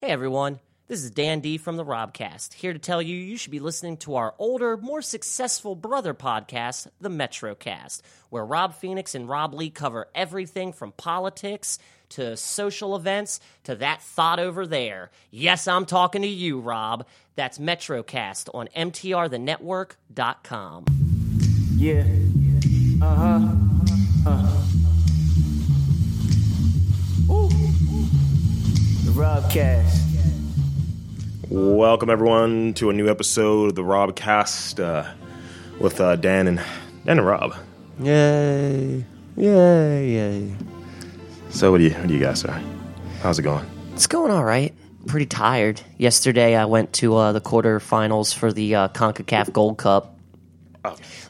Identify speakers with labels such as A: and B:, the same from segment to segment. A: Hey everyone, this is Dan D from the Robcast, here to tell you you should be listening to our older, more successful brother podcast, the Metrocast, where Rob Phoenix and Rob Lee cover everything from politics to social events to that thought over there. Yes, I'm talking to you, Rob. That's Metrocast on mtrthenetwork.com.
B: Yeah. Uh huh. Uh. Ooh. The Robcast.
C: Welcome everyone to a new episode of the Rob Cast uh, with uh, Dan and Dan and Rob.
A: Yay. Yay, yay.
C: So what do you what do you guys are? How's it going?
A: It's going all right. Pretty tired. Yesterday, I went to uh, the quarterfinals for the uh, Concacaf Gold Cup.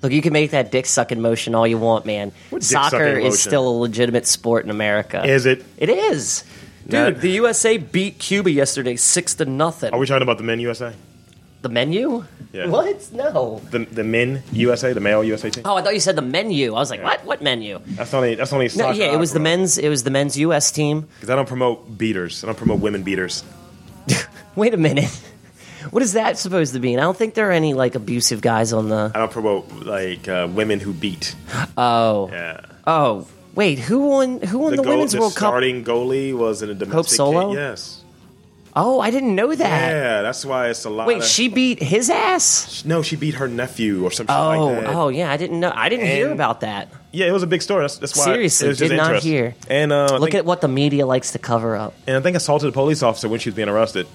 A: Look, you can make that dick sucking motion all you want, man.
C: Oh. What dick
A: Soccer
C: sucking
A: is
C: motion?
A: still a legitimate sport in America.
C: Is it?
A: It is, dude.
C: That-
A: the USA beat Cuba yesterday, six to nothing.
C: Are we talking about the men USA?
A: the menu?
C: Yeah.
A: What? No.
C: The the men USA, the male USA team?
A: Oh, I thought you said the menu. I was like, what? What menu?
C: That's only that's only
A: No,
C: soccer
A: yeah,
C: I
A: it was the
C: promote.
A: men's. It was the men's U.S. team.
C: 'Cause I don't promote beaters. I don't promote women beaters.
A: Wait a minute. What is that supposed to mean? I don't think there are any like abusive guys on the.
C: I don't promote like uh, women who beat.
A: Oh.
C: Yeah.
A: Oh. Wait, who won? Who won the,
C: goal-
A: Women's
C: the
A: World Cup?
C: starting goalie was in a domestic
A: Solo?
C: kid, Yes.
A: Oh, I didn't know that.
C: Yeah, that's why it's a lot.
A: Wait,
C: of-
A: she beat his ass?
C: no, she beat her nephew or something
A: Oh,
C: like that.
A: oh yeah, I didn't know. I didn't hear
C: And-
A: about that.
C: Yeah, it was a big story. That's, that's why
A: Seriously,
C: it was just
A: did not
C: interesting.
A: hear.
C: And uh,
A: Look
C: I think,
A: at what the media likes to cover up.
C: and I think assaulted a police officer when she was being arrested.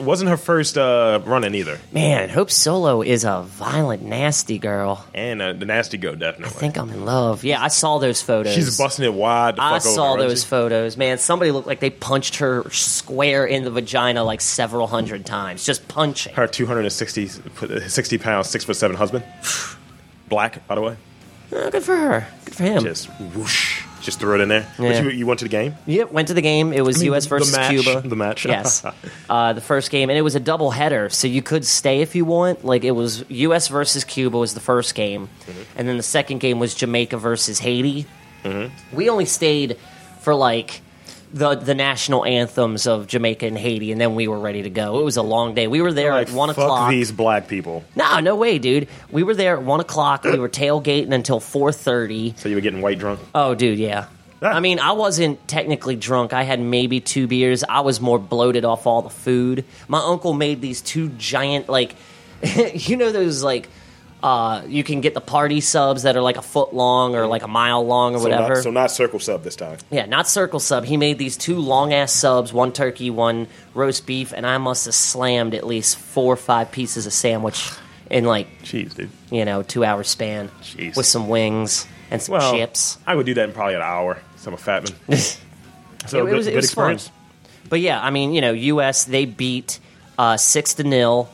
C: wasn't her first uh, run-in either.
A: Man, Hope Solo is a violent, nasty girl.
C: And uh, the nasty go definitely.
A: I think I'm in love. Yeah, I saw those photos.
C: She's busting it wide. The
A: I
C: fuck
A: saw
C: over, wasn't
A: those
C: she?
A: photos. Man, somebody looked like they punched her square in the vagina like several hundred times. Just punching.
C: her 260 60 pound six foot seven husband, black by the way.
A: Oh, good for her. Good for him.
C: Just whoosh, just threw it in there. But
A: Um, Yeah.
C: you, you went to the game.
A: Yeah, went to the game. It was
C: mean,
A: U.S.
C: the- the
A: versus
C: match-
A: Cuba.
C: the match.
A: yes, uh, the first game, and it was a double header, so you could stay if you want. Like it was U.S. versus Cuba was the first game,
C: Mm-hmm.
A: and then the second game was Jamaica versus Haiti.
C: Mm-hmm.
A: We only stayed for like the the national anthems of Jamaica and Haiti, and then we were ready to go. It was a long day. We were there
C: Like
A: at one
C: fuck
A: o'clock.
C: these black people.
A: No, no way, dude. We were there at one o'clock. We were tailgating until four thirty.
C: So you were getting white drunk.
A: Oh, dude, yeah.
C: Yeah.
A: I mean, I wasn't technically drunk. I had maybe two beers. I was more bloated off all the food. My uncle made these two giant, like, you know, those, like, uh, you can get the party subs that are like a foot long or like a mile long or
C: So
A: whatever.
C: not, so not circle sub this time.
A: yeah, not circle sub. He made these two long ass subs, one turkey, one roast beef, and I must have slammed at least four or five pieces of sandwich in like,
C: Jeez, dude.
A: you know, two hour span
C: Jeez.
A: with some wings and some
C: Well,
A: chips.
C: I would do that in probably an hour. So I'm a fat man. so
A: it, it was, it was fun. But yeah, I mean, you know, U.S. they beat uh, six to nil.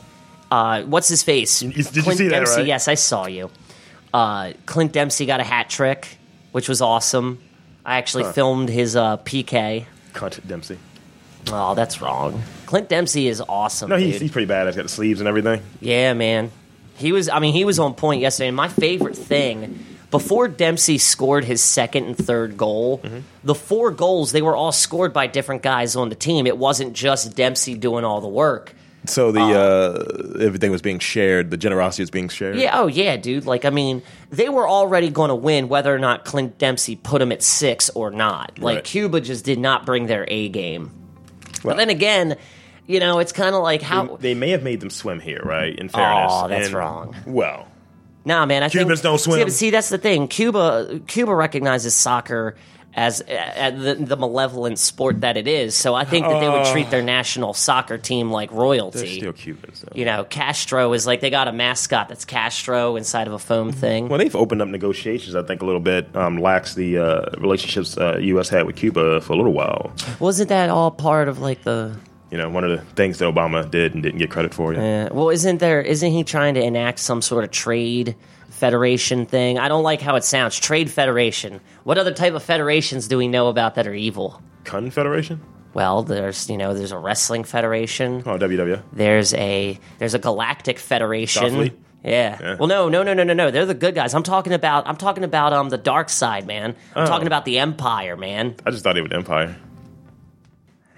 A: Uh, what's his face?
C: you see that,
A: Dempsey.
C: right?
A: Yes, I saw you. Uh, Clint Dempsey got a hat trick, which was awesome. I actually
C: Huh.
A: filmed his uh, PK.
C: Cunt Dempsey.
A: Oh, that's wrong. Clint Dempsey is awesome.
C: No, he's,
A: dude.
C: he's pretty bad. He's got the sleeves and everything.
A: Yeah, man. He was I mean, he was on point yesterday. And my favorite thing before Dempsey scored his second and third goal,
C: Mm-hmm.
A: the four goals they were all scored by different guys on the team. It wasn't just Dempsey doing all the work.
C: So
A: Oh.
C: the uh, everything was being shared. The generosity was being shared.
A: Yeah, oh yeah, dude. Like I mean, they were already going to win whether or not Clint Dempsey put him at 6 or not. Like
C: Right.
A: Cuba just did not bring their A game.
C: Well-
A: but then again, you know, it's kind of like how
C: They may have made them swim here, right? In fairness,
A: Aw, that's wrong.
C: Well,
A: Nah, man. I
C: Cubans
A: think,
C: don't swim.
A: See, but see, that's the thing. Cuba, Cuba recognizes soccer as uh, the, the malevolent sport that it is. So I think that they would treat their national soccer team like
C: Oh. they're
A: royalty.
C: still Cubans. Though.
A: you know, Castro is like they got a mascot that's Castro inside of a foam thing.
C: Well, they've opened up negotiations. I think a little bit um, lacks the uh, relationships uh, U.S. had with Cuba for a little while.
A: Wasn't that all part of like the?
C: You know, one of the things that Obama did and didn't get credit for. Yeah.
A: Uh, well, isn't there? Isn't he trying to enact some sort of trade? Federation thing. I don't like how it sounds. Trade federation. What other type of federations do we know about that are evil?
C: Confederation?
A: Well, there's you know there's a wrestling federation.
C: Oh, WW.
A: There's a there's a galactic
C: Starfleet?
A: federation. Yeah.
C: Yeah.
A: Well, no, no, no, no, no, no. They're the good guys. I'm talking about I'm talking about um the dark side, man. I'm
C: Oh.
A: talking about the empire, man.
C: I just thought they were the empire.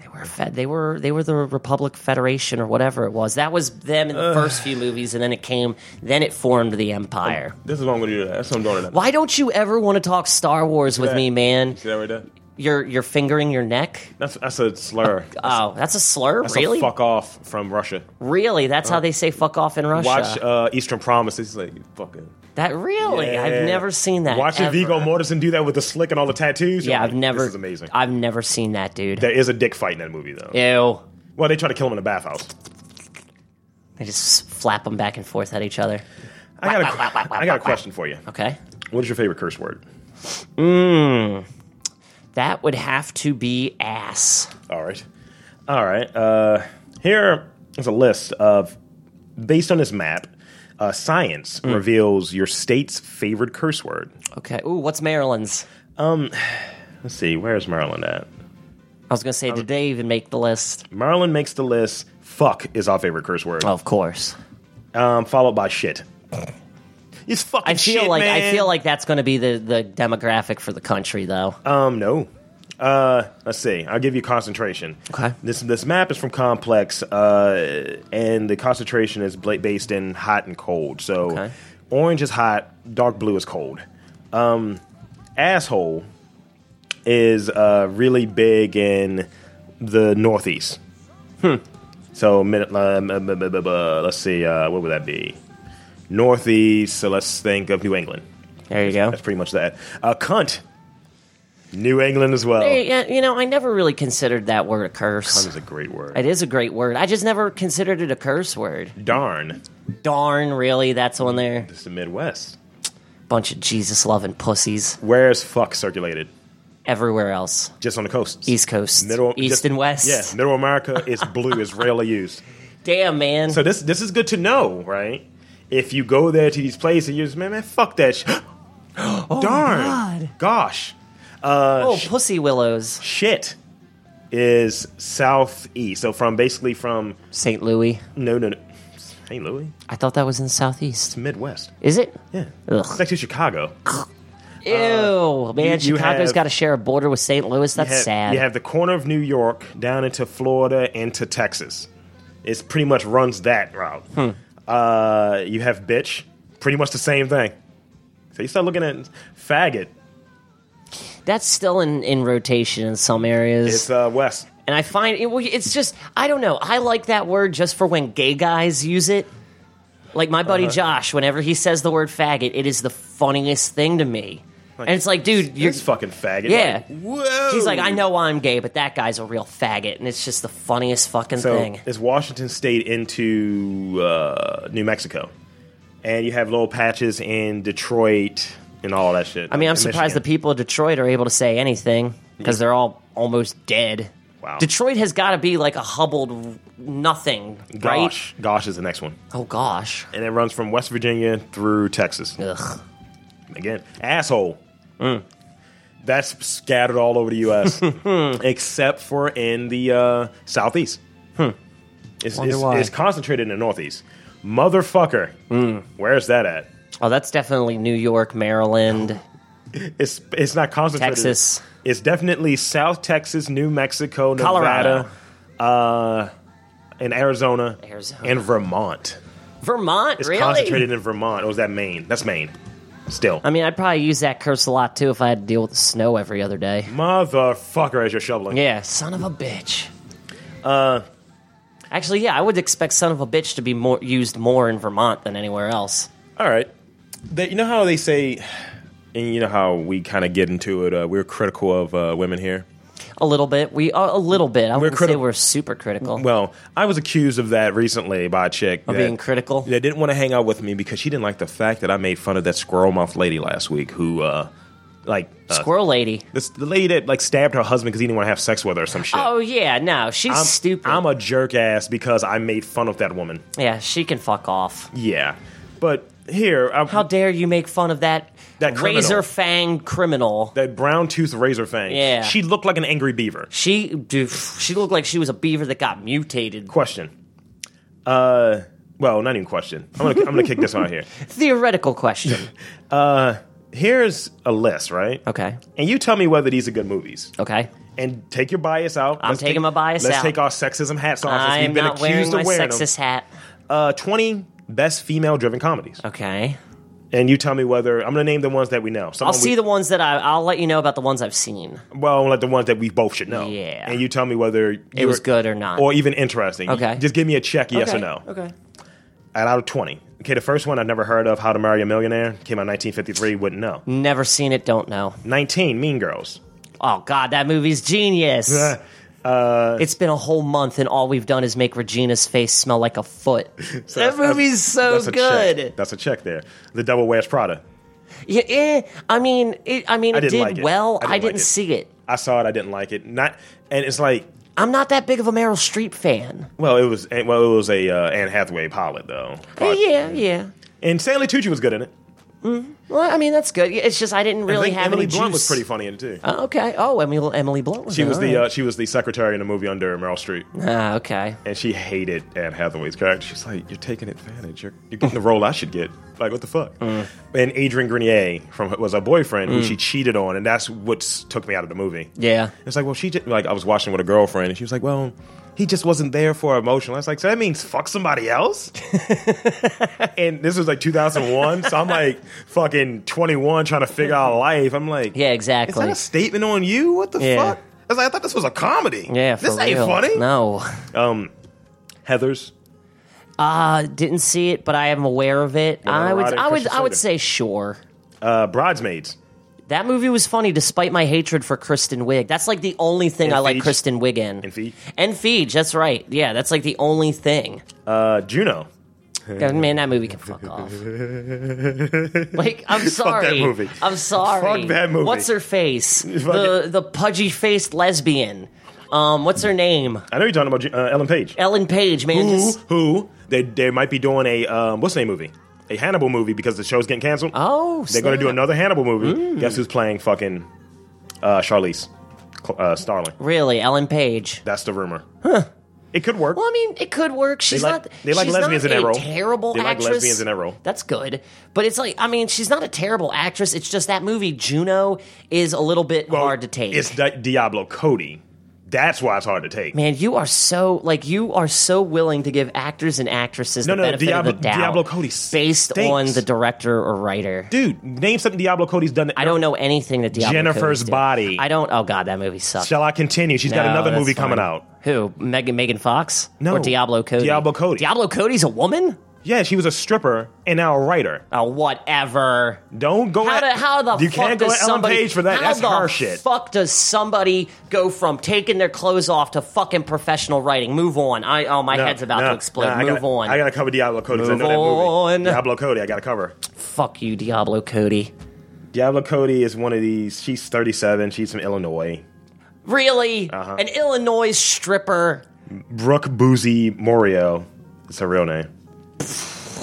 A: They were were fed. They were they were the Republic Federation or whatever it was. That was them in the first few movies, and then it came. Then it formed the Empire.
C: This is what I'm gonna do. today. That's what I'm doing tonight.
A: Why don't you ever want to talk Star Wars with
C: that?
A: me, man?
C: See that right there?
A: You're you're fingering your neck.
C: That's that's a slur.
A: Oh, that's a slur,
C: That's
A: really?
C: a fuck off from Russia.
A: Really? That's how they say "fuck off" in Russia.
C: Watch uh, Eastern Promise. It's like fucking.
A: that really?
C: Yeah.
A: I've never seen that.
C: Watching
A: ever.
C: Vigo Mortensen do that with the slick and all the tattoos.
A: Yeah,
C: You're
A: I've
C: like,
A: never.
C: This is amazing.
A: I've never seen that, dude.
C: there is a dick fight in that movie though.
A: Ew.
C: Well, they try to kill him in a bathhouse.
A: They just flap them back and forth at each other.
C: I got a, I got a question for you.
A: Okay.
C: What is your favorite curse word?
A: That would have to be ass.
C: All right. All right. Uh, here is a list of, based on this map, uh, science
A: Mm.
C: reveals your state's favorite curse word.
A: Okay. Ooh, what's Maryland's?
C: Let's see, where's Maryland at?
A: I was gonna say, did they even make the list?
C: Maryland makes the list. Fuck is our favorite curse word,
A: Of course.
C: um, followed by shit. It's fucking
A: I feel
C: shit,
A: like I
C: man.
A: feel like that's gonna be the, the demographic for the country, though.
C: Um, no. Uh, let's see. I'll give you concentration.
A: Okay.
C: This this map is from Complex, uh, and the concentration is bla- based in hot and cold. So,
A: Okay.
C: orange is hot, dark blue is cold. Um, asshole is uh, really big in the Northeast. Hmm. So, mid- uh, m- m- m- m- uh, let's see. Uh, what would that be? Northeast. So let's think of New England.
A: there you go.
C: That's pretty much that. Uh, cunt. New England as well.
A: Hey, yeah, you know, I never really considered that word a curse.
C: Cunt is a great word.
A: It is a great word. I just never considered it a curse word.
C: Darn.
A: Darn, really? That's on there.
C: It's the Midwest.
A: Bunch of Jesus loving pussies
C: Where's fuck circulated?
A: everywhere else.
C: Just on the coast.
A: East Coast,
C: Middle,
A: East
C: just-
A: and West.
C: Yeah, Middle America is blue, is rarely used.
A: Damn, man.
C: So this this is good to know, right? If you go there to these places, you're just, man, man, fuck that sh Darn.
A: Oh God.
C: Gosh.
A: oh, pussy willows.
C: Shit is southeast. So from basically from,
A: St. Louis.
C: no, no, no. Hey, Louis.
A: I thought that was in the southeast.
C: Midwest.
A: Is it?
C: Yeah.
A: Ugh.
C: It's actually Chicago.
A: Ew, man.
C: you- you
A: Chicago's
C: have-
A: got to share a border with St. Louis. That's
C: you have,
A: sad.
C: You have the corner of New York down into Florida and to Texas. It's pretty much runs that route.
A: Hmm.
C: Uh, you have bitch, pretty much the same thing. So you start looking at faggot.
A: That's still in, in rotation in some areas.
C: It's uh, west.
A: and I find it, well, it's just, I don't know. I like that word just for when gay guys use it. Like my buddy
C: Uh-huh.
A: Josh, whenever he says the word faggot, it is the funniest thing to me. and it's like, dude, you're.
C: It's fucking faggot.
A: Yeah.
C: Like, whoa.
A: He's like, I know I'm gay, but that guy's a real faggot, and it's just the funniest fucking
C: So
A: thing.
C: it's Washington State into uh, New Mexico, and you have little patches in Detroit and all that shit.
A: I mean, I'm surprised the people of Detroit are able to say anything because they're all almost dead.
C: Wow.
A: Detroit has got to be like a hubbled nothing, right?
C: Gosh, Gosh is the next one,
A: Oh gosh.
C: and it runs from West Virginia through Texas.
A: Ugh.
C: again, asshole.
A: Mm.
C: That's scattered all over the U.S. except for in the uh, southeast.
A: Hmm.
C: It's,
A: Wonder
C: it's,
A: why.
C: it's concentrated in the northeast. Motherfucker,
A: Mm.
C: where's that at?
A: Oh, that's definitely New York, Maryland.
C: It's it's not concentrated.
A: Texas.
C: It's definitely South Texas, New Mexico,
A: Colorado.
C: Nevada, uh, and Arizona,
A: Arizona.
C: and Vermont.
A: Vermont,
C: It's
A: really?
C: concentrated in Vermont. Or was that Maine? That's Maine. Still,
A: I mean, I'd probably use that curse a lot too if I had to deal with the snow every other day.
C: motherfucker, as you're shoveling.
A: Yeah, son of a bitch. Uh Actually, yeah, I would expect son of a bitch to be more used more in Vermont than anywhere else.
C: All right. They, you know how they say, and you know how we kind of get into it. Uh, we're critical of uh, women here.
A: A little bit. We are a little bit. I wouldn't say
C: criti-
A: we're super critical.
C: Well, I was accused of that recently by a chick.
A: Of
C: that-
A: being critical?
C: That didn't want to hang out with me because she didn't like the fact that I made fun of that squirrel mouth lady last week who, uh, like, uh,
A: Squirrel lady.
C: this, the lady that, like, stabbed her husband because he didn't want to have sex with her or some shit.
A: Oh yeah, no, she's
C: I'm,
A: stupid.
C: I'm a jerk ass because I made fun of that woman.
A: yeah, she can fuck off.
C: Yeah. But here, I,
A: How dare you make fun of that,
C: That criminal.
A: razor fang criminal?
C: that brown tooth razor thing,
A: Yeah.
C: she looked like an angry beaver.
A: She dude, she looked like she was a beaver that got mutated.
C: question. Uh, well, not even question. I'm gonna I'm gonna kick this one out here.
A: Theoretical question.
C: Here's a list, right?
A: Okay. Uh-huh.
C: And you tell me whether these are good movies.
A: Okay.
C: and take your bias out.
A: I'm taking
C: take-
A: my bias
C: let's
A: out.
C: take our sexism hats off. since
A: I'm
C: we've been
A: not wearing
C: accused
A: my
C: of wearing them.
A: sexist hat.
C: Uh, 20 best female-driven comedies,
A: Okay.
C: and you tell me whether I'm going to name the ones that we know.
A: I'll see the ones that I. I'll let you know about the ones I've seen.
C: well, like the ones that we both should know.
A: Yeah.
C: and you tell me whether you
A: was
C: were-
A: good or not.
C: or even interesting.
A: Okay.
C: just give me a check, yes
A: okay.
C: or no.
A: Okay.
C: And out of 20. Okay, the first one I've never heard of, How to Marry a Millionaire, came out in 1953, wouldn't know.
A: Never seen it. Don't know.
C: 19, Mean Girls.
A: Oh God, that movie's genius.
C: Uh,
A: it's been a whole month, and all we've done is make Regina's face smell like a foot. that movie's so
C: That's a check.
A: good.
C: That's a check there. The Double Wears Prada.
A: Yeah, eh, I mean, it, I mean, it
C: I didn't
A: did
C: like it.
A: well.
C: I
A: I
C: didn't
A: didn't,
C: like it.
A: see it.
C: I saw it, I didn't like it. Not, And it's like,
A: I'm not that big of a Meryl Streep fan.
C: well, it was well, it was a uh, Anne Hathaway pilot though.
A: Eh, yeah, yeah.
C: And Stanley Tucci was good in it.
A: Well, I mean, that's good. It's just I didn't
C: I
A: really
C: think
A: have
C: Emily
A: any
C: Blunt
A: juice.
C: was pretty funny in it too.
A: Oh, okay. Oh, Emily, Emily Blunt was.
C: she
A: in it.
C: was the
A: All
C: uh, she was the secretary in the movie under Meryl Streep,
A: right. Ah, okay.
C: and she hated Anne Hathaway's character. She's like, "You're taking advantage. You're, you're getting the role I should get. Like, what the fuck?"
A: Mm.
C: And Adrian Grenier from was her boyfriend who she cheated on, and that's what s- took me out of the movie.
A: Yeah.
C: It's like, well, she just, like I was watching with a girlfriend, and she was like, well, he just wasn't there for emotional. I was like, so that means fuck somebody else. and this was like 2001, so I'm like fucking 21 trying to figure out life. I'm like,
A: Yeah.
C: is
A: Exactly.
C: that a statement on you? What the
A: Yeah.
C: fuck? I was like, I thought this was a comedy.
A: yeah. For
C: this ain't
A: real.
C: funny.
A: No.
C: Heather's
A: Uh, didn't see it, but I am aware of it.
C: Winona
A: I would.
C: Ryder,
A: I would.
C: Christian
A: I would say
C: Slater.
A: sure.
C: uh, bridesmaids.
A: That movie was funny despite my hatred for Kristen Wiig. That's like the only thing
C: And
A: I like
C: Feige.
A: Kristen Wiig in.
C: And Feige.
A: And Feige, that's right. Yeah, that's like the only thing.
C: Uh, Juno.
A: God, man, that movie can fuck off. Like, I'm sorry.
C: movie.
A: I'm sorry.
C: Fuck that movie.
A: What's her face? the the pudgy faced lesbian. Um, what's her name?
C: I know you're talking about Ju- uh, Ellen Page.
A: Ellen Page, man.
C: who,
A: just-
C: who they they might be doing a um, what's the name movie? A Hannibal movie because the show's getting canceled.
A: oh,
C: They're going to do
A: snap.
C: another Hannibal movie.
A: Mm.
C: Guess who's playing fucking uh, Charlize Cl- uh, Starling?
A: Really, Ellen Page.
C: That's the rumor. It could work.
A: Well, I mean, it could work. She's
C: like-
A: not.
C: they like
A: she's
C: lesbians
A: not
C: in
A: a
C: that role.
A: Terrible
C: They like
A: actress.
C: lesbians in that role.
A: That's good, but it's like I mean, she's not a terrible actress. It's just that movie Juno is a little bit
C: Well,
A: hard to take.
C: It's Di- Diablo Cody. That's why it's hard to take.
A: Man, you are so like you are so willing to give actors and actresses
C: No,
A: the
C: no,
A: benefit
C: Diablo-
A: of the doubt.
C: Diablo Cody
A: based
C: stinks.
A: on the director or writer.
C: Dude, name something Diablo Cody's done.
A: I don't know anything that Diablo
C: Jennifer's
A: Cody's did.
C: Body.
A: I don't. Oh god, that movie sucked.
C: Shall I continue? She's got
A: No,
C: another
A: that's
C: movie coming
A: fine.
C: out.
A: Who? Megan Megan Fox?
C: No.
A: Or Diablo Cody?
C: Diablo Cody.
A: Diablo Cody's a woman?
C: Yeah, she was a stripper and now a writer.
A: Oh, whatever.
C: Don't go
A: How,
C: at
A: do, how the
C: you
A: fuck
C: can't go
A: does
C: at
A: somebody,
C: Ellen Page for that.
A: How
C: That's
A: the
C: her shit.
A: fuck does somebody go from taking their clothes off to fucking professional writing? Move on. I oh my
C: No,
A: head's about
C: no,
A: to explode.
C: no, I
A: Move
C: gotta,
A: on.
C: I gotta cover Diablo Cody. 'cause I
A: Move
C: know that movie.
A: on.
C: Diablo Cody. I gotta cover.
A: Fuck you, Diablo Cody.
C: Diablo Cody is one of these. She's 37. She's from Illinois.
A: Really?
C: Uh-huh.
A: An Illinois stripper.
C: Brooke Boozy Morio. It's her real name.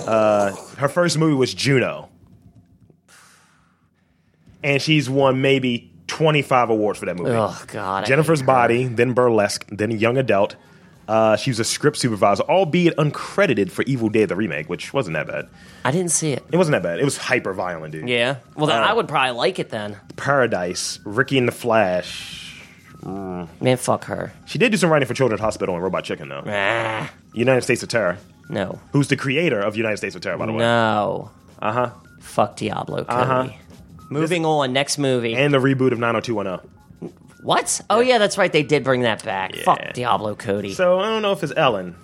C: Uh, her first movie was Juno. And she's won maybe 25 awards for that movie.
A: Oh God. I
C: Jennifer's
A: hate her.
C: Body, then Burlesque, then Young Adult. Uh, she was a script supervisor, albeit uncredited for Evil Dead the remake, which wasn't that bad.
A: I didn't see it.
C: It wasn't that bad. It was hyper violent, dude.
A: Yeah. Well, then
C: Uh.
A: I would probably like it then.
C: Paradise, Ricky and the Flash.
A: Man, fuck her.
C: She did do some writing for Children's Hospital and Robot Chicken, though.
A: Ah,
C: United States of Terror,
A: no.
C: who's the creator of United States of Terror, by the way.
A: No. Uh
C: Uh-huh.
A: huh. Fuck Diablo Cody. Moving on. Next movie.
C: and the reboot of 90210.
A: what? Oh yeah, that's right. They did bring that back.
C: Yeah.
A: Fuck Diablo Cody.
C: So I don't know if it's Ellen.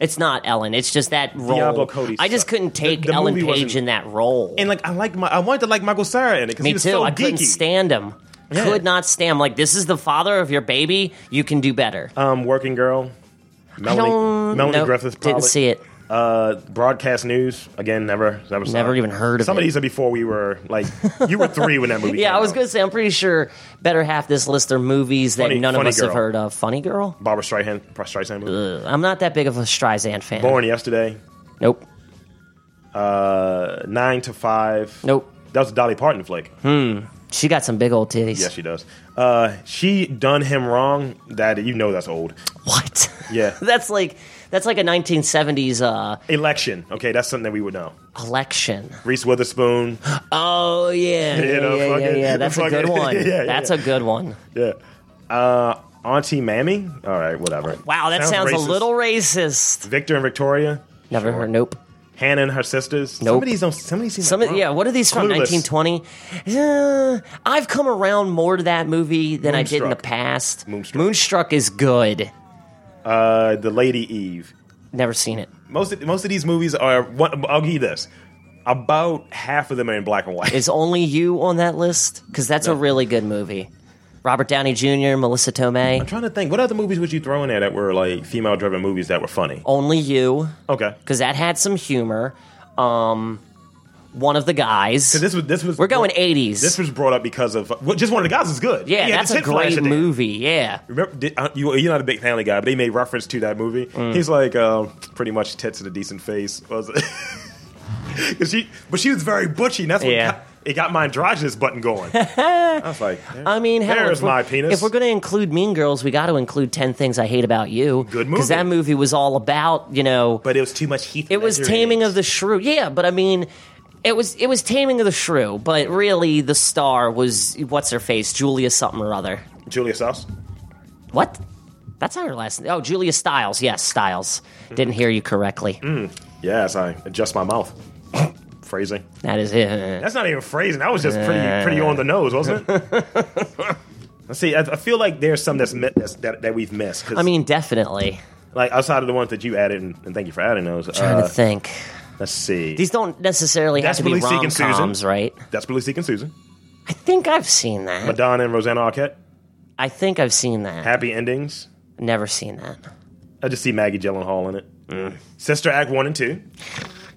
A: it's not Ellen. It's just that role.
C: Diablo Cody
A: I just
C: sucked.
A: couldn't
C: The-
A: take
C: the
A: Ellen
C: movie wasn't-
A: Page in that role.
C: And like I like my, I wanted to like Michael Cera in it because
A: Me too.
C: he was so
A: I couldn't
C: geeky.
A: stand him.
C: Yeah.
A: Could not stand. him. Like this is the father of your baby. You can do better.
C: um, Working Girl, Melanie,
A: I don't.
C: Melanie
A: nope,
C: Griffith.
A: Didn't
C: Probably.
A: see it.
C: Uh, broadcast news again. Never, never, saw
A: Never
C: it.
A: even heard of
C: Some
A: it.
C: of these are before we were like you were three when that movie.
A: Yeah,
C: came
A: I was
C: out.
A: going to say. I'm pretty sure better half this list are movies that
C: Funny-
A: none of
C: Funny
A: us have
C: Girl.
A: heard of. Funny Girl.
C: Barbara Streisand. Streisand movie.
A: Ugh, I'm not that big of a Streisand fan.
C: Born yesterday.
A: Nope.
C: Uh, nine to five.
A: Nope. Hmm.
C: That was a Dolly Parton flick.
A: She got some big old titties.
C: Yes, she does. Uh, she done him wrong. That you know that's old.
A: What?
C: Yeah.
A: that's like that's like a 1970s uh,
C: Election. Okay, that's something that we would know.
A: election.
C: Reese Witherspoon.
A: Oh yeah, yeah,
C: know,
A: yeah, yeah,
C: fucking-
A: yeah. That's a
C: fucking-
A: good one.
C: Yeah, yeah,
A: that's
C: yeah.
A: a good one.
C: Yeah. Uh, Auntie Mammy. All right, whatever.
A: Oh, Wow, that sounds,
C: racist.
A: a little racist.
C: Victor and Victoria.
A: Never heard. Nope.
C: Hannah and her sisters.
A: Nope.
C: Some of these don't. Some of these seem
A: Some
C: like
A: of, yeah, what are these from?
C: Clueless.
A: 1920. Uh, I've come around more to that movie than I did in the
C: Moonstruck.
A: past.
C: Moonstruck.
A: Moonstruck is good.
C: Uh, the Lady Eve.
A: Never seen it.
C: Most of, most of these movies are. One, I'll give you this. About half of them are in black and white.
A: Is only you on that list? Because that's a really good movie. Robert Downey Jr., Melissa
C: I'm
A: Tomei.
C: trying to think. What other movies would you throw in there that were like female-driven movies that were funny?
A: Only you,
C: Okay.
A: because that had some humor. Um, one of the guys.
C: This was this was
A: We're going 80s.
C: This was brought up because of well, just one of the guys is good.
A: yeah,
C: He had
A: that's
C: this
A: a
C: hit flash
A: great
C: at the end.
A: movie. Yeah.
C: Remember, did, uh, you, you're not a big Family Guy, but they made reference to that movie.
A: Mm.
C: He's like, uh, pretty much tits and a decent face. Was it? 'Cause she, but she was very butchy, and that's what
A: Yeah.
C: got, it got my androgynous button going. I was like,
A: I mean, hell,
C: there's
A: if we're-
C: my penis.
A: If we're going to include Mean Girls, we got to include Ten Things I Hate About You.
C: Good
A: because
C: movie.
A: that movie was all about you know.
C: but it was too much Heath.
A: it was
C: Ledger
A: Taming
C: in it.
A: of the Shrew. Yeah, but I mean, it was it was Taming of the Shrew. But really, the star was what's her face, Julia something or other.
C: Julia Sauce.
A: What? That's not her last name. Oh, Julia Stiles. Yes, Stiles. Didn't hear you correctly.
C: Mm. Yes, I adjust my mouth. phrasing.
A: That is it.
C: That's not even phrasing. That was just pretty, pretty on the nose, wasn't it? Let's see. I, I feel like there's some that's, mi- that's that, that we've missed. 'cause,
A: I mean, definitely.
C: like outside of the ones that you added, and, and thank you for adding those.
A: Trying
C: uh,
A: to think.
C: Let's see.
A: These don't necessarily have to be
C: Desperately
A: rom
C: Seeking Susan.
A: coms, right?
C: Desperately Seeking Susan,
A: I think I've seen that.
C: Madonna and Rosanna Arquette,
A: I think I've seen that.
C: Happy Endings.
A: Never seen that.
C: I just see Maggie Gyllenhaal in it. Sister Act One and Two.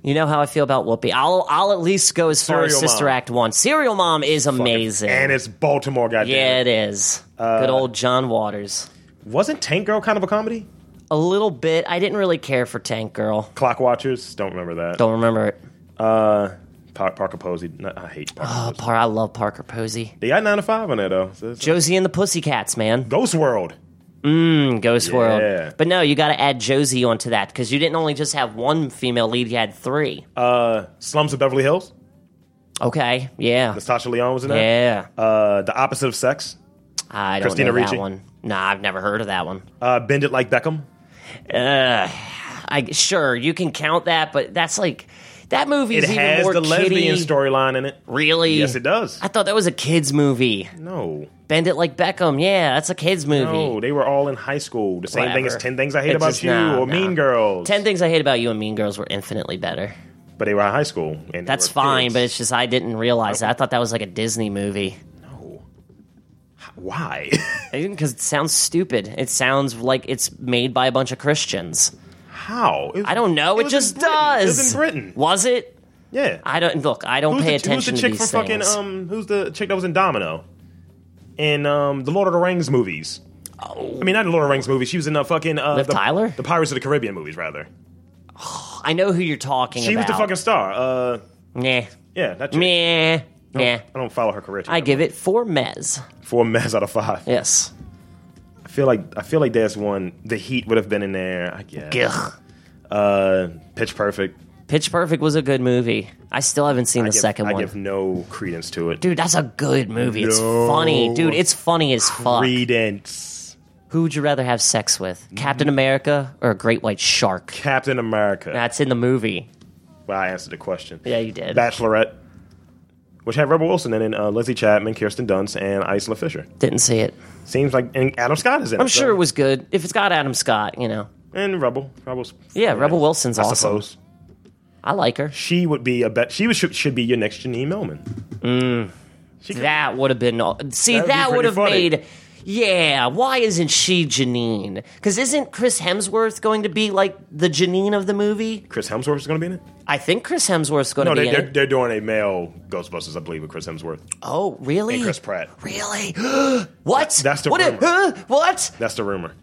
A: You know how I feel about Whoopi. I'll I'll at least go as far as
C: Serial
A: Sister
C: Mom.
A: Act One. Serial Mom is amazing.
C: And it's Uh, Baltimore, goddamn.
A: yeah,
C: Yeah.
A: it is. Good old John Waters.
C: Wasn't Tank Girl kind of a comedy?
A: A little bit. I didn't really care for Tank Girl.
C: Clock Watchers. Don't remember that.
A: Don't remember it.
C: Uh, Pa- Parker Posey. No, I hate Parker.
A: Oh,
C: Posey.
A: par. I love Parker Posey.
C: They got nine to five on there though. So it's-
A: Josie and the Pussycats, man.
C: Ghost World.
A: Mm, Ghost
C: Yeah.
A: World. But no, you got to add Josie onto that because you didn't only just have one female lead; you had three.
C: Uh, Slums of Beverly Hills.
A: okay. Yeah.
C: Natasha Leon was in that.
A: Yeah.
C: Uh, the Opposite of Sex.
A: I don't
C: Christina
A: know
C: Ricci?
A: that one. Nah, I've never heard of that one.
C: Uh, Bend It Like Beckham.
A: I sure you can count that, but that's like that movie
C: It
A: is even
C: has
A: more
C: the lesbian
A: kiddie.
C: storyline in it.
A: Really?
C: Yes, it does.
A: I thought that was a kids movie.
C: No.
A: Bend it like Beckham. Yeah, that's a kids movie.
C: No, they were all in high school. The same thing as
A: Whatever.
C: 10 Things I Hate
A: It's
C: About
A: just-
C: You
A: nah,
C: or
A: nah.
C: Mean Girls.
A: Ten Things I Hate About You and Mean Girls were infinitely better.
C: but they were in high school. And they
A: That's
C: were
A: fine,
C: kids.
A: but it's just I didn't realize that. I thought that was like a Disney movie.
C: No. Oh. H- Why?
A: Because it sounds stupid. It sounds like it's made by a bunch of Christians.
C: How? It-
A: I don't know. It,
C: was in
A: just
C: Britain.
A: does.
C: It was in Britain.
A: Was it?
C: Yeah.
A: I don't look. I don't
C: who's
A: pay
C: the, who's
A: attention
C: the chick
A: to these
C: from
A: things.
C: fucking, um, who's the chick that was in Domino? In um, the Lord of the Rings movies. Oh. I mean, not the Lord of the Rings movies. She was in the fucking. Uh,
A: Liv
C: the,
A: Tyler?
C: The Pirates of the Caribbean movies, rather.
A: I know who you're talking
C: She was
A: about.
C: the fucking star. Uh,
A: Nah.
C: yeah, that chick.
A: Meh. Meh.
C: I don't follow her career. too
A: I
C: much.
A: give it four mez.
C: four mess out of five.
A: Yes.
C: I feel like I feel like there's one. The Heat would have been in there. I guess.
A: Gah.
C: Uh, Pitch Perfect.
A: Pitch Perfect was a good movie. I still haven't seen
C: I
A: the
C: give-
A: second
C: I
A: one.
C: give no credence to it.
A: Dude, that's a good movie. It's
C: No
A: funny. Dude, it's funny as fuck.
C: Credence.
A: Who would you rather have sex with? Captain America or a great white shark?
C: Captain America.
A: That's in the movie.
C: well, I answered the question.
A: Yeah, you did.
C: Bachelorette, which had Rebel Wilson in it, uh, Lindsay Chapman, Kirsten Dunst, and Isla Fisher.
A: Didn't see it.
C: Seems like and Adam Scott is in it.
A: I'm
C: so-
A: sure it was good. If it's got Adam Scott, you know.
C: And Rebel. Rebel's.
A: Yeah, Rebel Wilson's
C: I
A: awesome.
C: suppose.
A: I like her.
C: She would be a bet. She was, should, should be your next Janine Millman. She could-
A: That would have been. See,
C: That would be
A: that would
C: pretty
A: have
C: funny.
A: made. Yeah, why isn't she Janine? Because isn't Chris Hemsworth going to be like the Janine of the movie?
C: Chris Hemsworth is going to be in it.
A: I think Chris Hemsworth's going
C: No,
A: to
C: they,
A: be. in
C: they're,
A: it.
C: they're doing a male Ghostbusters, I believe, with Chris Hemsworth
A: Oh, really?
C: and Chris Pratt.
A: Really? what?
C: that's the
A: what?
C: rumor.
A: huh? what?
C: That's the rumor.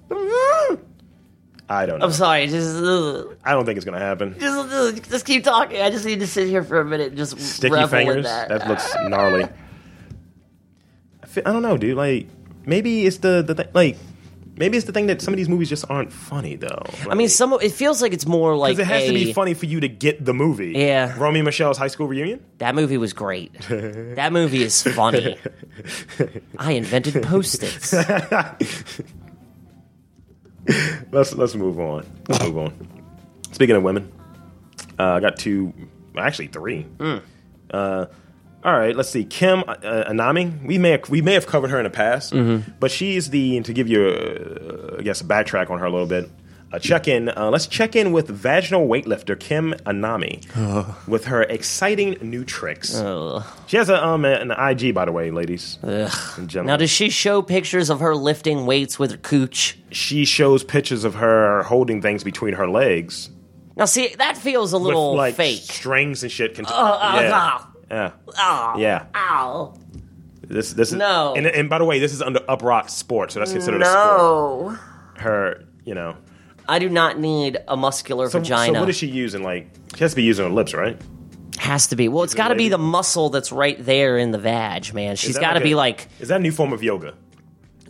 C: I don't know.
A: I'm sorry. Just, ugh,
C: I don't think it's going to happen.
A: just, ugh, just keep talking. I just need to sit here for a minute and just
C: Sticky
A: revel in
C: fingers.
A: that.
C: That. looks gnarly. I, fe- I don't know, dude. Like maybe it's the the thing. Like Maybe it's the thing that some of these movies just aren't funny though.
A: I mean, some of, it feels like it's more like
C: Because it has
A: a,
C: to be funny for you to get the movie.
A: Yeah.
C: Romeo and Michelle's high school reunion?
A: That movie was great. that movie is funny. I invented post-its.
C: Let's let's move on. Let's move on. Speaking of women, uh, I got two, actually three.
A: Mm.
C: Uh, all right, let's see. Kim uh, Anami. We may have, we may have covered her in the past,
A: Mm-hmm.
C: but she's the to give you, uh, I guess, a backtrack on her a little bit. A check in. Uh, let's check in with vaginal weightlifter Kim Anami with her exciting new tricks.
A: Ugh.
C: She has a um an IG by the way, ladies. And gentlemen.
A: Now, does she show pictures of her lifting weights with her cooch?
C: she shows pictures of her holding things between her legs
A: Now, see, that feels a little
C: with like
A: fake.
C: strings and shit. Cont-
A: Oh,
C: yeah.
A: oh,
C: yeah,
A: oh,
C: yeah.
A: Ow.
C: This this is
A: No.
C: And, and by the way, this is under Uprock Sports, so that's considered a
A: No.
C: sport. Her, you know,
A: I do not need a muscular
C: so,
A: vagina.
C: So what is she using? Like she has to be using her lips, right?
A: Has to be. Well, it's got to be
C: lady?
A: the muscle that's right there in the vag, man.
C: Is
A: She's
C: that
A: got to
C: a-
A: be like,
C: Is that a new form of yoga?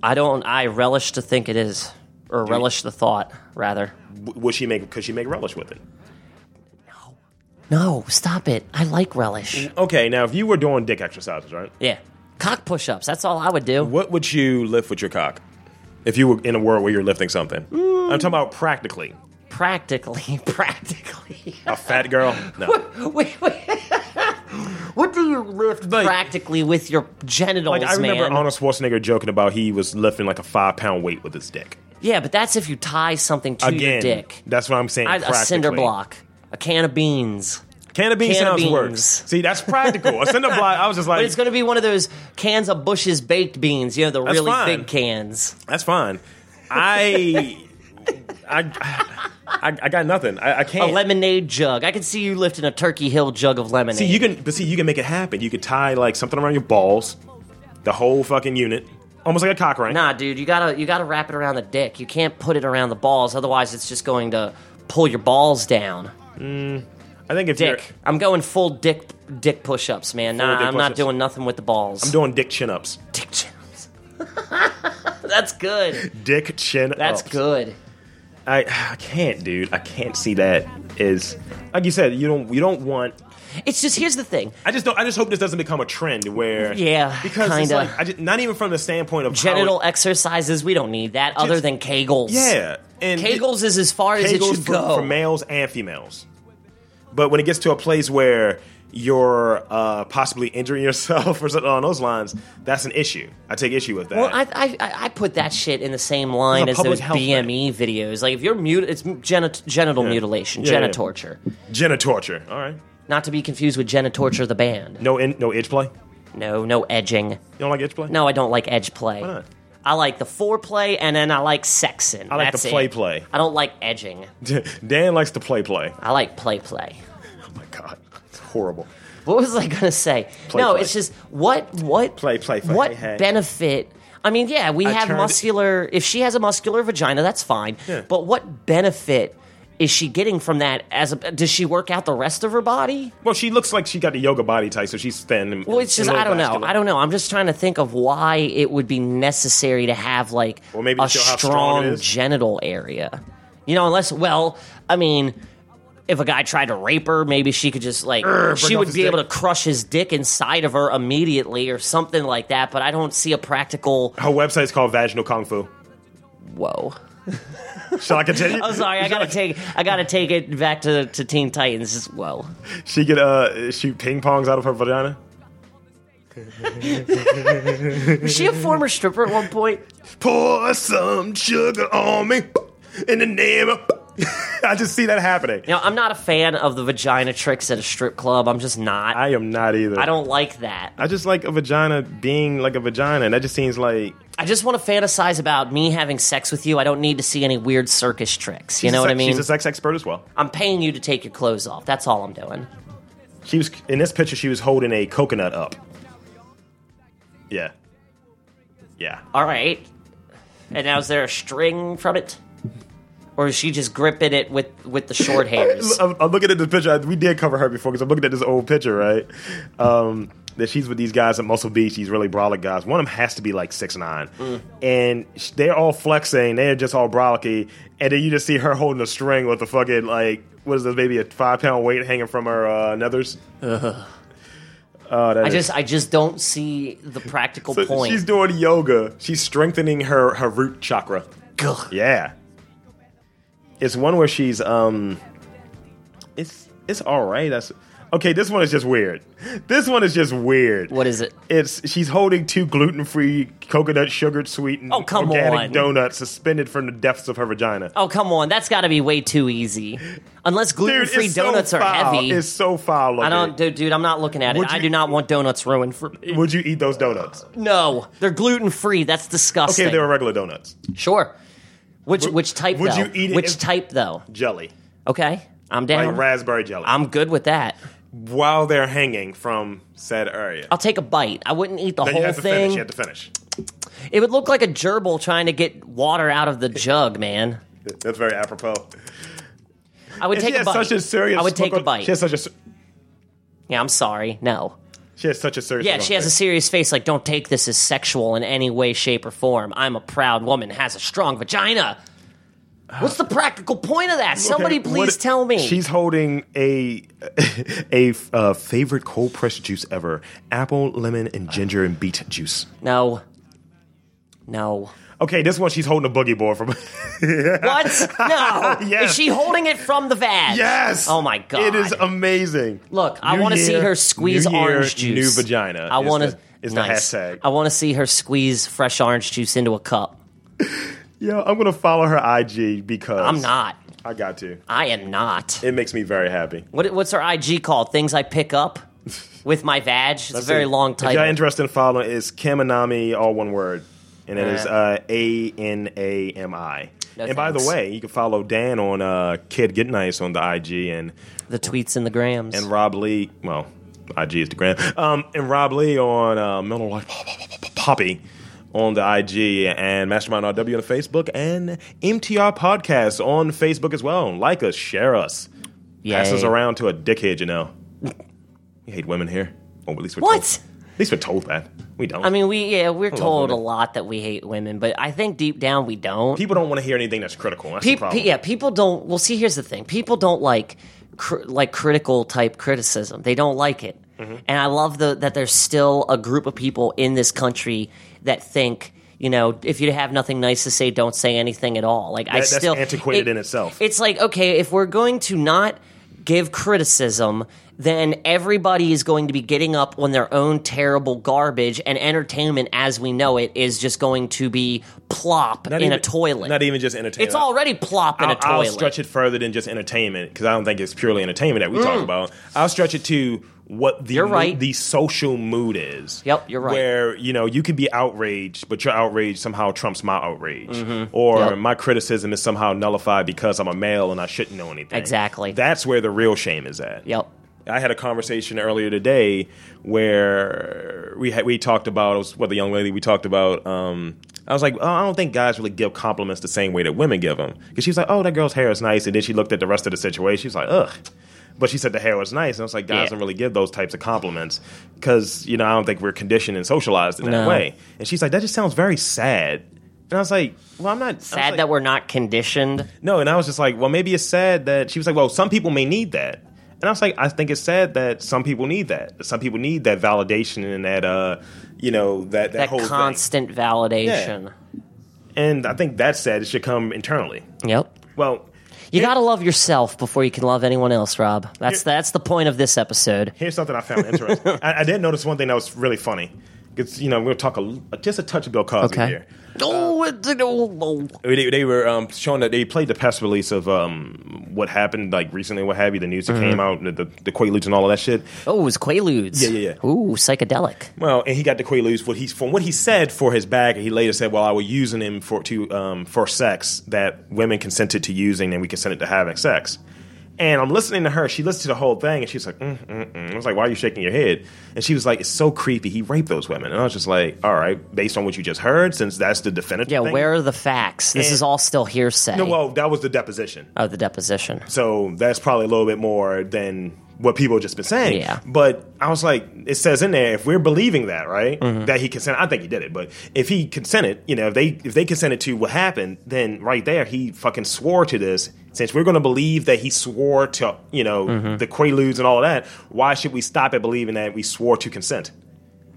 A: I don't, I relish to think it is, or relish the thought, rather.
C: W- Would she make? Could she make relish with it?
A: No, stop it. I like relish.
C: Okay, now if you were doing dick exercises, right?
A: Yeah. Cock push ups. That's all I would do.
C: What would you lift with your cock? If you were in a world where you're lifting something,
A: Mm.
C: I'm talking about practically.
A: Practically, practically.
C: A fat girl? No.
A: wait, wait. what do you lift
C: Like-
A: practically with your genitals,
C: Like I remember
A: man?
C: Arnold Schwarzenegger joking about he was lifting like a five pound weight with his dick.
A: yeah, but that's if you tie something to your
C: Again,
A: dick.
C: that's what I'm saying.
A: I, a
C: practically.
A: cinder block, a can of beans.
C: Can of beans
A: Can of
C: sounds
A: beans.
C: worse. See, that's practical. a cinder block. I was just
A: But
C: like,
A: it's going to be one of those cans of Bush's baked beans, you know, the really
C: fine.
A: big cans.
C: that's fine. I, I, I, I got nothing. I, I
A: A
C: can't.
A: lemonade jug. I can see you lifting a Turkey Hill jug of lemonade.
C: see, you can, but see, you can make it happen. You could tie like something around your balls, the whole fucking unit, almost like a cock ring.
A: nah, dude, you gotta you gotta wrap it around the dick. You can't put it around the balls, otherwise it's just going to pull your balls down.
C: I think if
A: Dick.
C: you're
A: I'm going full dick dick push ups, man.
C: Full
A: nah,
C: dick
A: I'm not
C: push-ups.
A: doing nothing with the balls.
C: I'm doing dick chin ups,
A: dick jams. That's good.
C: dick chin.
A: That's
C: ups.
A: good.
C: I, I can't, dude. I can't see that is like you said. You don't. You don't want.
A: It's just here's the thing.
C: I just don't. I just hope this doesn't become a trend where.
A: Yeah,
C: Because it's
A: kinda.
C: like I just, not even from the standpoint of how it-
A: Genital exercises, we don't need that other than Kegels.
C: yeah, and
A: Kegels is as far as it
C: Kegels
A: should
C: for,
A: go.
C: for males and females. But when it gets to a place where you're uh, possibly injuring yourself or something on those lines, that's an issue. I take issue with that.
A: Well, I, I I- I put that shit in the same line
C: It's a
A: as
C: public
A: those
C: health
A: BME videos. Like if you're mute, it's genit- genital mutilation,
C: Yeah, yeah.
A: genitorture.
C: Genitorture. All right.
A: Not to be confused with Genitorture the band.
C: No, in, no edge play. You
A: No, no edging.
C: don't like edge play?
A: No, I don't like edge play.
C: Why not?
A: I like the foreplay and then I like sexing.
C: I like
A: That's
C: the play
A: it.
C: play.
A: I don't like edging.
C: Dan likes to play play.
A: I like play play.
C: Oh my god, it's horrible.
A: What was I gonna say?
C: Play,
A: no,
C: play.
A: it's just what what
C: Play, play, play.
A: what
C: Hey, hey.
A: benefit? I mean, yeah, we
C: I
A: have
C: turned-
A: muscular. If she has a muscular vagina, that's fine.
C: Yeah.
A: But what benefit is she getting from that? As a, does she work out the rest of her body?
C: Well, she looks like she got the yoga body type, so she's thin. and-
A: Well, it's just
C: and
A: I don't know.
C: vascular.
A: I don't know. I'm just trying to think of why it would be necessary to have like
C: Well, maybe
A: a
C: show how strong it is.
A: genital area. You know, unless well, I mean, if a guy tried to rape her, maybe she could just like she
C: break off
A: would
C: his
A: be
C: dick.
A: able to crush his dick inside of her immediately or something like that. But I don't see a practical.
C: Her website's called Vaginal Kung Fu.
A: Whoa.
C: Shall I continue?
A: I'm sorry. I gotta take. I gotta take it back to to Teen Titans. Just- Whoa.
C: She could uh, shoot ping pongs out of her vagina.
A: Was she a former stripper at one point?
C: Pour some sugar on me in the name of. I just see that happening.
A: You know, I'm not a fan of the vagina tricks at a strip club. I'm just not.
C: I am not either.
A: I don't like that.
C: I just like a vagina being like a vagina, and that just seems like
A: I just want to fantasize about me having sex with you. I don't need to see any weird circus tricks. You
C: She's a
A: know what
C: sex-
A: I mean?
C: She's a sex expert as well.
A: I'm paying you to take your clothes off. That's all I'm doing.
C: She was in this picture. She was holding a coconut up. Yeah, yeah.
A: All right. And now is there a string from it? Or is she just gripping it with, with the short hairs?
C: I'm, I'm looking at this picture. I- We did cover her before because I'm looking at this old picture, right? Um, that she's with these guys at Muscle Beach, these really brolic guys. One of them has to be like six nine, and sh- they're all flexing. They're just all brolicky, and then you just see her holding a string with a fucking like what is this? Maybe a five pound weight hanging from her uh, nethers. Oh, that
A: I
C: is-
A: just I just don't see the practical
C: so
A: point.
C: She's doing yoga. She's strengthening her her root chakra.
A: Gah.
C: Yeah. It's one where she's um it's it's all right. That's Okay, this one is just weird. This one is just weird.
A: What is it?
C: It's she's holding two gluten-free coconut sugared sweetened
A: Oh, come
C: organic
A: on.
C: donuts suspended from the depths of her vagina.
A: Oh come on, that's got to be way too easy. Unless gluten
C: Dude,
A: free
C: it's
A: donuts
C: so
A: are
C: foul.
A: heavy.
C: It's so foul looking.
A: I don't, dude, dude. I'm not looking at it.
C: Would
A: I
C: you-
A: do not want donuts ruined for me.
C: Would you eat those donuts?
A: No, they're gluten free. That's disgusting.
C: Okay, they were regular donuts.
A: sure. Which
C: Would-
A: which type?
C: would
A: though?
C: you eat it
A: Which
C: if-
A: type though?
C: Jelly.
A: Okay, I'm
C: Like
A: down.
C: raspberry jelly.
A: I'm good with that.
C: while they're hanging from said area.
A: I'll take a bite. I wouldn't eat the
C: Then
A: whole
C: you have to
A: thing.
C: finish. You have to finish.
A: It would look like a gerbil trying to get water out of the jug, man.
C: That's very apropos.
A: I would
C: And
A: take
C: she
A: a
C: has
A: bite.
C: such a serious.
A: I would take
C: look
A: a
C: on-
A: bite.
C: She has such a. se-
A: yeah, I'm sorry. No.
C: She has such a serious.
A: Yeah,
C: look
A: she
C: on
A: has a
C: her
A: serious face like, don't take this as sexual in any way, shape, or form. I'm a proud woman, has a strong vagina. What's the practical point of that?
C: face.
A: Somebody
C: Okay,
A: please
C: what-
A: tell me.
C: She's holding a a uh, favorite cold pressed juice ever: apple, lemon, and ginger and beet juice.
A: no. No.
C: Okay, this one she's holding a boogie board from.
A: What? No.
C: Yes.
A: Is she holding it from the vag?
C: yes.
A: Oh my god.
C: It is amazing.
A: Look, I
C: New
A: want to see
C: year,
A: her squeeze
C: new year,
A: orange juice.
C: New vagina.
A: I
C: is
A: want
C: the-
A: to.
C: Is
A: nice.
C: the hashtag?
A: I want to see her squeeze fresh orange juice into a cup.
C: Yo, I'm gonna follow her IG because
A: I'm not.
C: I got to.
A: I am not.
C: It makes me very happy.
A: What, what's her IG called? Things I pick up with my vag. It's a very
C: See,
A: long
C: If
A: title.
C: y'all interested in following, it's Kaminami, all one word. And it is
A: Uh-huh.
C: uh, A-N-A-M-I.
A: No
C: and by the
A: thanks.
C: way, you can follow Dan on uh, Kid Get Nice on the IG and,
A: the tweets and the grams.
C: and Rob Lee, well, IG is the gram, um, and Rob Lee on uh, Mental Life Poppy on the IG and Mastermind RW on Facebook and MTR Podcast on Facebook as well. Like us, share us. Pass us
A: Yay.
C: around to a dickhead, you know. We hate women here. Or at least we're
A: What?
C: told- At least we're told that. We don't.
A: I mean, we yeah, we're told a
C: women.
A: lot that we hate women, but I think deep down we don't.
C: people don't want to hear anything that's critical. That's the
A: Peop-
C: problem.
A: pe- yeah, people don't. Well, see, here's the thing: people don't like cr- like critical type criticism. They don't like it,
C: Mm-hmm.
A: and I love the that there's still a group of people in this country that think. You know, if you have nothing nice to say, don't say anything at all. Like I
C: That- that's
A: still
C: antiquated in itself.
A: It's like okay, if we're going to not give criticism, then everybody is going to be getting up on their own terrible garbage, and entertainment as we know it is just going to be plop
C: Not
A: in
C: even-
A: a toilet.
C: Not even just entertainment.
A: It's already plop in
C: I'll,
A: a toilet.
C: I'll stretch it further than just entertainment because I don't think it's purely entertainment that we talk about. I'll stretch it to what the
A: Mm. You're
C: mo-
A: right.
C: the social mood is.
A: Yep, you're right.
C: Where you know you could be outraged, but your outrage somehow trumps my outrage, or
A: Mm-hmm. Yep.
C: my criticism is somehow nullified because I'm a male and I shouldn't know anything.
A: Exactly.
C: That's where the real shame is at.
A: Yep.
C: I had a conversation earlier today where we had, we talked about it was what the young lady we talked about. Um, I was like, oh, I don't think guys really give compliments the same way that women give them. Because she was like, oh, that girl's hair is nice, and then she looked at the rest of the situation. She was like, ugh. But she said the hair was nice, and I was like, guys
A: Yeah.
C: don't really give those types of compliments because you know I don't think we're conditioned and socialized in that
A: No.
C: way. And she's like, that just sounds very sad. And I was like, well, I'm not I was
A: Sad
C: like-
A: that we're not conditioned.
C: no, and I was just like, well, maybe it's sad that she was like, well, some people may need that. And I was like, I think it's sad that some people need that. Some people need that validation and that, uh, you know, that that,
A: That
C: whole thing.
A: constant validation.
C: And I think that's sad. It should come internally.
A: Yep.
C: Well,
A: You gotta love yourself before you can love anyone else, Rob. That's
C: Yeah.
A: that's the point of this episode.
C: here's something I found interesting. I, I did notice one thing that was really funny. It's you know we're talk a, l- just a touch of Bill Cosby
A: Okay.
C: here. Uh,
A: Oh, it's- oh, oh.
C: They, they were um, showing that they played the press release of um, what happened like recently, what have you. The news that came out,
A: Mm-hmm.
C: the, the, the Quaaludes and all of that shit.
A: Oh, it was Quaaludes.
C: Yeah, yeah, yeah.
A: Ooh, psychedelic.
C: Well, and he got the Quaaludes. What he's from what he said for his bag, and he later said, "Well, I was using him for to um, for sex that women consented to using, and we consented to having sex." And I'm listening to her. She listened to the whole thing, and she's like, mm, mm, mm. "I was like, why are you shaking your head?" And she was like, "It's so creepy. He raped those women." And I was just like, "All right, based on what you just heard, since that's the definitive."
A: Yeah,
C: thing-
A: where are the facts? This
C: And-
A: is all still hearsay
C: No, well, that was the deposition,
A: of the deposition.
C: so that's probably a little bit more than what people have just been saying.
A: Yeah.
C: But I was like, it says in there if we're believing that, right,
A: Mm-hmm.
C: that he consented. I think he did it, but if he consented, you know, if they if they consented to what happened, then right there he fucking swore to this. Since we're going to believe that he swore to, you know,
A: Mm-hmm.
C: the Quaaludes and all of that, why should we stop at believing that we swore to consent?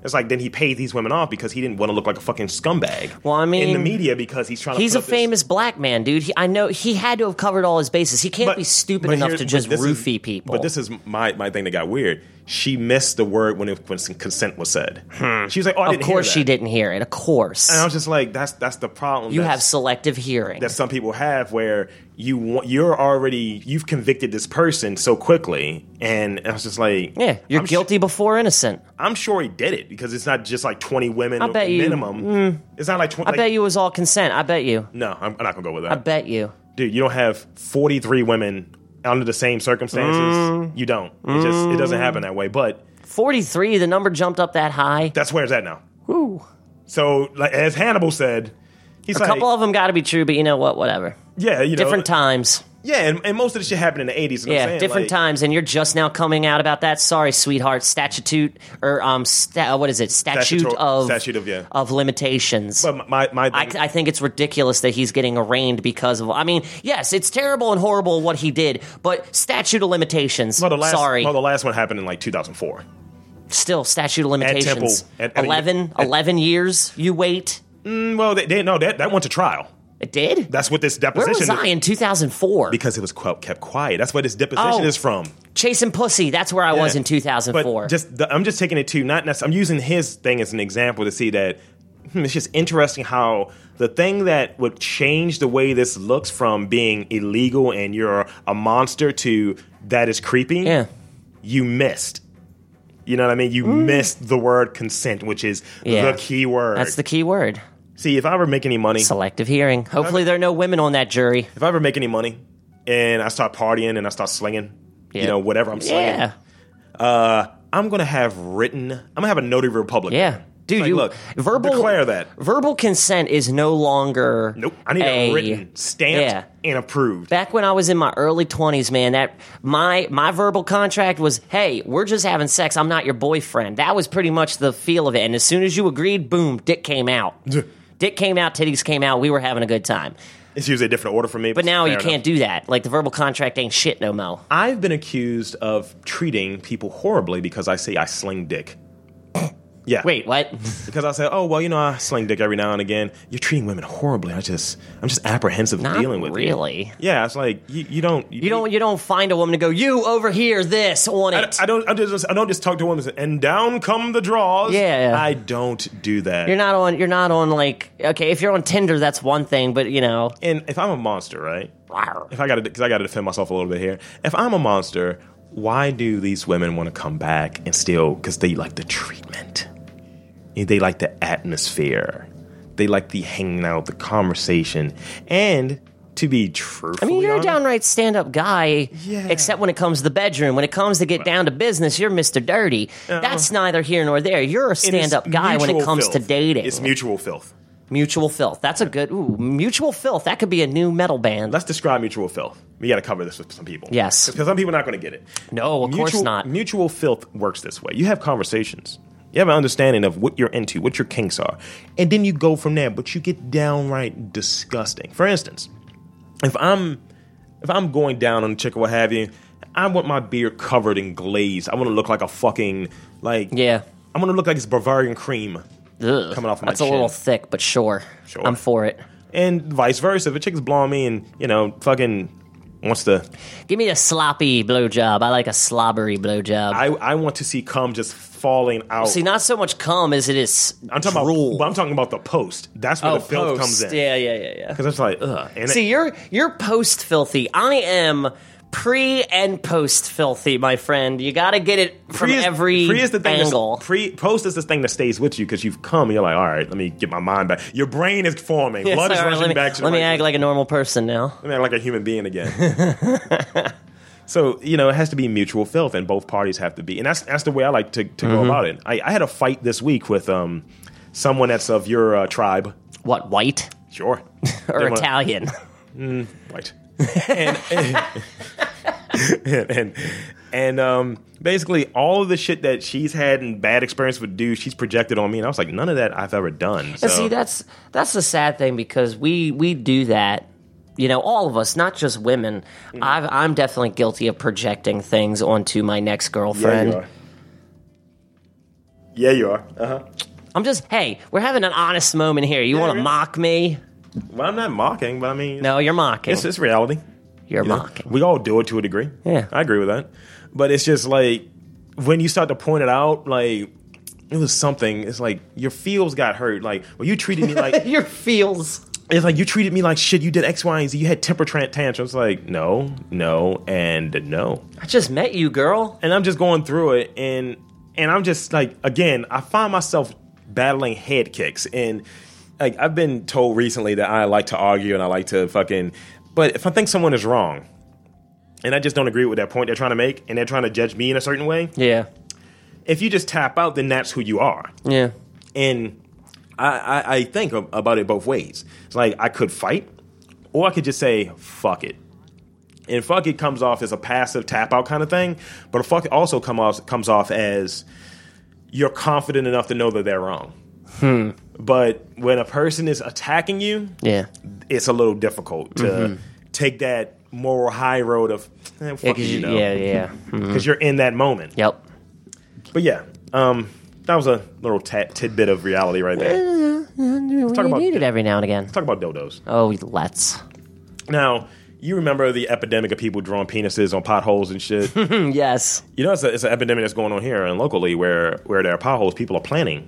C: It's like then he paid these women off because he didn't want to look like a fucking scumbag.
A: Well, I
C: in the
A: mean,
C: media because he's trying. to
A: He's a
C: put up this-
A: famous black man, dude. He, I know he had to have covered all his bases. He can't be stupid
C: but
A: enough
C: here-
A: to
C: but
A: just
C: this is-
A: roofie people.
C: But this is my, my thing that got weird. She missed the word when, it, when consent was said. She was like, "Oh, I
A: of
C: didn't hear
A: course, she
C: that.
A: didn't hear it. Of course,
C: And I was just like, "That's that's the problem."
A: you
C: that's-
A: have selective hearing.
C: that some people have where you want, you're already you've convicted this person so quickly, and I was just like,
A: Yeah, you're
C: I'm su-
A: guilty before innocent.
C: I'm sure he did it because it's not just like 20 women
A: I bet you- mm.
C: minimum. it's not like 20.
A: I bet you it was all consent. I bet you.
C: No, I'm, I'm not gonna go with that.
A: I bet you.
C: dude, you don't have 43 women under the same circumstances.
A: Mm.
C: You don't. It just it doesn't happen that way. But
A: Forty-three. The number jumped up that high.
C: that's where it's at now.
A: Woo.
C: So, like as Hannibal said, he's
A: A
C: like,
A: couple of them got to be true, but you know what? Whatever.
C: yeah, you know,
A: Different times.
C: Yeah, and, and most of the shit happened in the 80s. you know what
A: Yeah,
C: I'm saying?
A: different
C: Like,
A: times, and you're just now coming out about that. Sorry, sweetheart. Statute or um, sta- uh, what is it? Statute
C: Statutor-
A: of
C: statute of, yeah.
A: of limitations.
C: But my my
A: I, I think it's ridiculous that he's getting arraigned because of. I mean, yes, it's terrible and horrible what he did, but statute of limitations.
C: well, the last,
A: sorry,
C: Well, the last one happened in like 2004.
A: still statute of
C: Temple,
A: limitations.
C: at- at a-
A: 11, 11 years. You wait.
C: Mm, Well, they, they no that that went to trial.
A: It did.
C: That's what this
A: Where
C: deposition
A: was I in two thousand four?
C: because it was qu- kept quiet. That's where this deposition
A: Oh.
C: is from.
A: Chasing pussy. That's where I was
C: Yeah.
A: in two thousand four.
C: But just the, I'm just taking it to not necessarily. I'm using his thing as an example to see that hmm, it's just interesting how the thing that would change the way this looks from being illegal and you're a monster to that is creepy.
A: Yeah. Mm.
C: you missed. You know what I mean? You missed the word consent, which is
A: Yeah.
C: the key word.
A: That's the key word.
C: see. If I ever make any money,
A: Selective hearing. Hopefully, there are no women on that jury.
C: if I ever make any money, and I start partying and I start slinging,
A: Yeah.
C: you know, whatever I'm slinging.
A: Yeah,
C: I'm gonna have written. I'm gonna have a notary republic.
A: yeah, dude.
C: Like,
A: you
C: look,
A: verbal
C: declare that.
A: verbal consent is no longer.
C: Nope. I need a, written, stamped,
A: Yeah.
C: and approved.
A: Back when I was in my early twenties, man, that my my verbal contract was, "Hey, we're just having sex. I'm not your boyfriend." That was pretty much the feel of it. And as soon as you agreed, boom, dick came out. dick came out, titties came out. We were having a good time.
C: It's usually a different order for me.
A: But now you
C: fair
A: can't
C: enough.
A: do that. Like the verbal contract ain't shit no mo.
C: I've been accused of treating people horribly because I say I sling dick. Yeah.
A: Wait, what?
C: Because I say, oh well, you know, I sling dick every now and again. You're treating women horribly. I just, I'm just apprehensive
A: Not
C: dealing with you.
A: really.
C: Yeah, it's like you, you don't,
A: You don't you don't find a woman to go, "You over here, this on
C: I,
A: it."
C: I don't. I just. I don't just talk to women and say, and down come the draws.
A: Yeah.
C: I don't do that.
A: You're not on. You're not on like okay. If you're on Tinder, that's one thing. But you know,
C: and if I'm a monster, right?
A: Rawr.
C: If I got to, because I got to defend myself a little bit here. If I'm a monster, why do these women want to come back and still? Because they like the treatment. And They like the atmosphere. They like the hanging out, the conversation, and to be
A: I
C: truthful.
A: mean, you're a downright stand-up guy.
C: Yeah.
A: Except when it comes to the bedroom. When it comes to get down to business, you're Mister Dirty.
C: Uh-uh.
A: that's neither here nor there. You're a stand-up guy when it comes to dating.
C: It's mutual filth.
A: mutual filth. That's a good. Ooh, mutual filth. That could be a new metal band.
C: Let's describe mutual filth. We got to cover this with some people.
A: Yes.
C: Because some people are not going to get it.
A: no, of course
C: mutual,
A: not.
C: Mutual filth works this way. You have conversations. You have an understanding of what you're into, what your kinks are, and then you go from there. But you get downright disgusting. For instance, if I'm if I'm going down on a chick or what have you, I want my beard covered in glaze. I want to look like a fucking like
A: yeah.
C: I want to look like it's Bavarian cream,
A: Ugh.
C: Coming off of my
A: That's a little
C: chin.
A: thick, but sure.
C: Sure.
A: I'm for it.
C: and vice versa. If a chick's blowing me and you know fucking wants to
A: Give me a sloppy blowjob. I like a slobbery blowjob.
C: I, I want to see cum just falling out.
A: See, not so much cum as it is
C: I'm talking
A: drool. Oh,
C: about, but I'm talking about the post. That's where the filth
A: post.
C: comes in.
A: Yeah, yeah, yeah, yeah.
C: Because it's like, ugh. And
A: See,
C: it,
A: you're you're post filthy. I am pre and post filthy, my friend. You got to get it from every
C: pre is the thing that's-
A: angle.
C: Pre post is the thing that stays with you because you've come. And you're like, all right, let me get my mind back. Your brain is forming.
A: Yes,
C: Blood is
A: all right,
C: rushing
A: let me,
C: back. To the
A: let me
C: right-
A: act like a normal person now.
C: let me act like a human being again. so you know, it has to be mutual filth, and both parties have to be. And that's that's the way I like to, to
A: Mm-hmm.
C: go about it. I, I had a fight this week with um someone that's of your uh, tribe.
A: What white or
C: Sure. They wanna-
A: Italian?
C: Right. and, and, and, And um, basically, all of the shit that she's had and bad experience with dudes, she's projected on me. And I was like, none of that I've ever done. So,
A: And see, that's that's the sad thing because we we do that. You know, all of us, not just women.
C: Mm-hmm.
A: I've, I'm definitely guilty of projecting things onto my next
C: yeah, you
A: girlfriend.
C: are. Yeah, you are. Uh huh.
A: I'm just, hey, we're having an honest moment here. You want to
C: you're-
A: mock me?
C: Well, I'm not mocking, but I mean,
A: No, you're mocking.
C: it's, it's reality.
A: you're
C: You know,
A: mocking.
C: We all do it to a degree.
A: Yeah.
C: I agree with that. But it's just like when you start to point it out, like it was something. It's like your feels got hurt. Like well, you treated me like
A: Your feels.
C: it's like you treated me like shit. You did X, Y, and Z. You had temper tran- tantrums. Like no, no, and no.
A: I just met you, girl.
C: And I'm just going through it, and and I'm just like again, I find myself battling head kicks, and like I've been told recently that I like to argue and I like to fucking. But if I think someone is wrong, and I just don't agree with that point they're trying to make, and they're trying to judge me in a certain way,
A: Yeah.
C: if you just tap out, then that's who you are.
A: Yeah.
C: And I, I, I think ab- about it both ways. It's like I could fight, or I could just say fuck it. And fuck it comes off as a passive tap out kind of thing, but fuck it also come off, comes off as you're confident enough to know that they're wrong.
A: Hmm.
C: But when a person is attacking you,
A: Yeah.
C: it's a little difficult to take that moral high road of eh, fuck it,
A: Because
C: you
A: you,
C: know,
A: Mm-hmm. yeah, yeah.
C: because you're in that moment.
A: Yep.
C: But yeah, um, that was a little tat tidbit of reality right there.
A: We
C: talk about
A: need it
C: dip.
A: every now and again.
C: Talk about dildos.
A: Oh, let's.
C: Now, you remember the epidemic of people drawing penises on potholes and shit. you
A: Hmm, yes.
C: know, it's, a, it's an epidemic that's going on here and locally where where there are potholes. People are planning,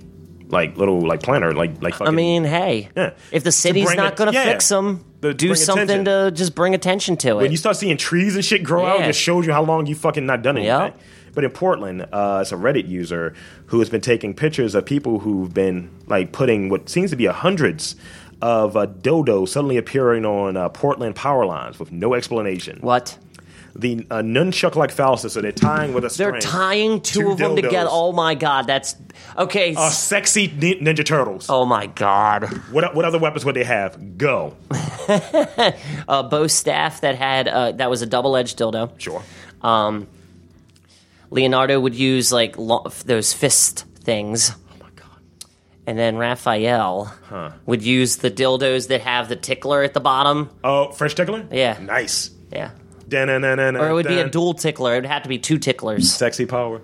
C: like little like planner, like like. Fucking,
A: I mean, hey,
C: Yeah.
A: if the
C: To
A: city's
C: bring
A: not
C: it-
A: going to
C: yeah.
A: fix them,
C: To- to
A: do
C: bring
A: something
C: attention.
A: to just bring attention to it.
C: when you start seeing trees and shit grow out, it
A: Yeah.
C: just shows you how long you fucking not done anything.
A: Yeah.
C: But in Portland, uh, it's a Reddit user who has been taking pictures of people who've been like putting what seems to be hundreds of uh, dildos suddenly appearing on uh, Portland power lines with no explanation.
A: what?
C: the uh, nunchuck like phallises, so they're tying with a string.
A: They're tying two,
C: Two
A: of them together.
C: dildos.
A: Oh my god, that's okay.
C: Uh,
A: s-
C: sexy nin- Ninja Turtles.
A: oh my god,
C: What what other weapons would they have? Go.
A: a bow staff that had uh, that was a double edged dildo.
C: Sure. Oh
A: Um, Leonardo would use like lo- those fist things. And then Raphael would use the dildos that have the tickler at the bottom.
C: Oh, French tickler.
A: Yeah.
C: Nice.
A: Yeah.
C: Dun-dun-dun-dun-dun.
A: Or it would be a dual tickler. It would have to be two ticklers.
C: Sexy power.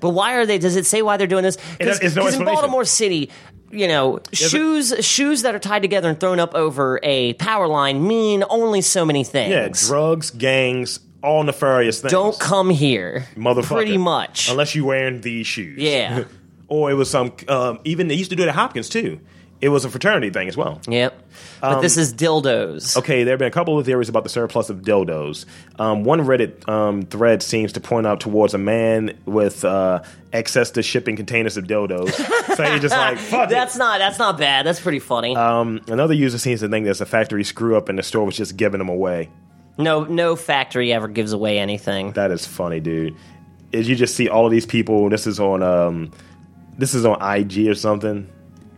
A: But why are they? Does it say why they're doing this?
C: It- it's no
A: in
C: explanation.
A: Baltimore City, you know, shoes shoes that are tied together and thrown up over a power line mean only so many
C: Yeah,
A: things.
C: drugs, gangs, all nefarious things.
A: Don't come here,
C: motherfucker.
A: Pretty much.
C: Unless you wearing these shoes.
A: Yeah.
C: or it was some. Um, even they used to do it at Hopkins too. It was a fraternity thing as well.
A: Yep. But this is dildos.
C: Um, Okay, there have been a couple of theories about the surplus of dildos. Um, one Reddit um, thread seems to point out towards a man with uh, access to shipping containers of dildos. so you're just like, fuck it.
A: That's not that's not bad. That's pretty funny.
C: Um, Another user seems to think there's a factory screw up and the store was just giving them away.
A: no no factory ever gives away anything.
C: That is funny, dude. Is you just see all of these people? This is on um, this is on IG or something.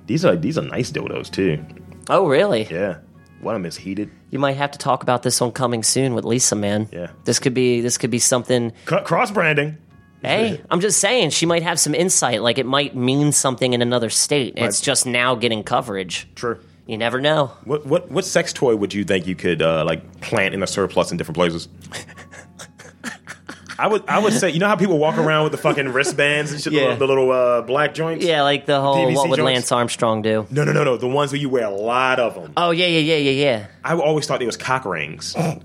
C: These are these are nice dildos too.
A: Oh really?
C: Yeah, one of them is heated.
A: You might have to talk about this on coming soon with Lisa, man.
C: Yeah.
A: This could be this could be something
C: Cross branding.
A: Hey, I'm just saying she might have some insight. Like it might mean something in another state. It's just now getting coverage.
C: True.
A: You never know.
C: What what what sex toy would you think you could uh, like plant in a surplus in different places? I would I would say you know how people walk around with the fucking wristbands and shit, the
A: Yeah.
C: little- the little uh, black joints.
A: Yeah, like the whole
C: DVC
A: what would
C: joints?
A: Lance Armstrong do?
C: No, no, no, no. The ones where you wear a lot of them.
A: Oh yeah, yeah, yeah, yeah, yeah.
C: I always thought it was cock rings.
A: Oh.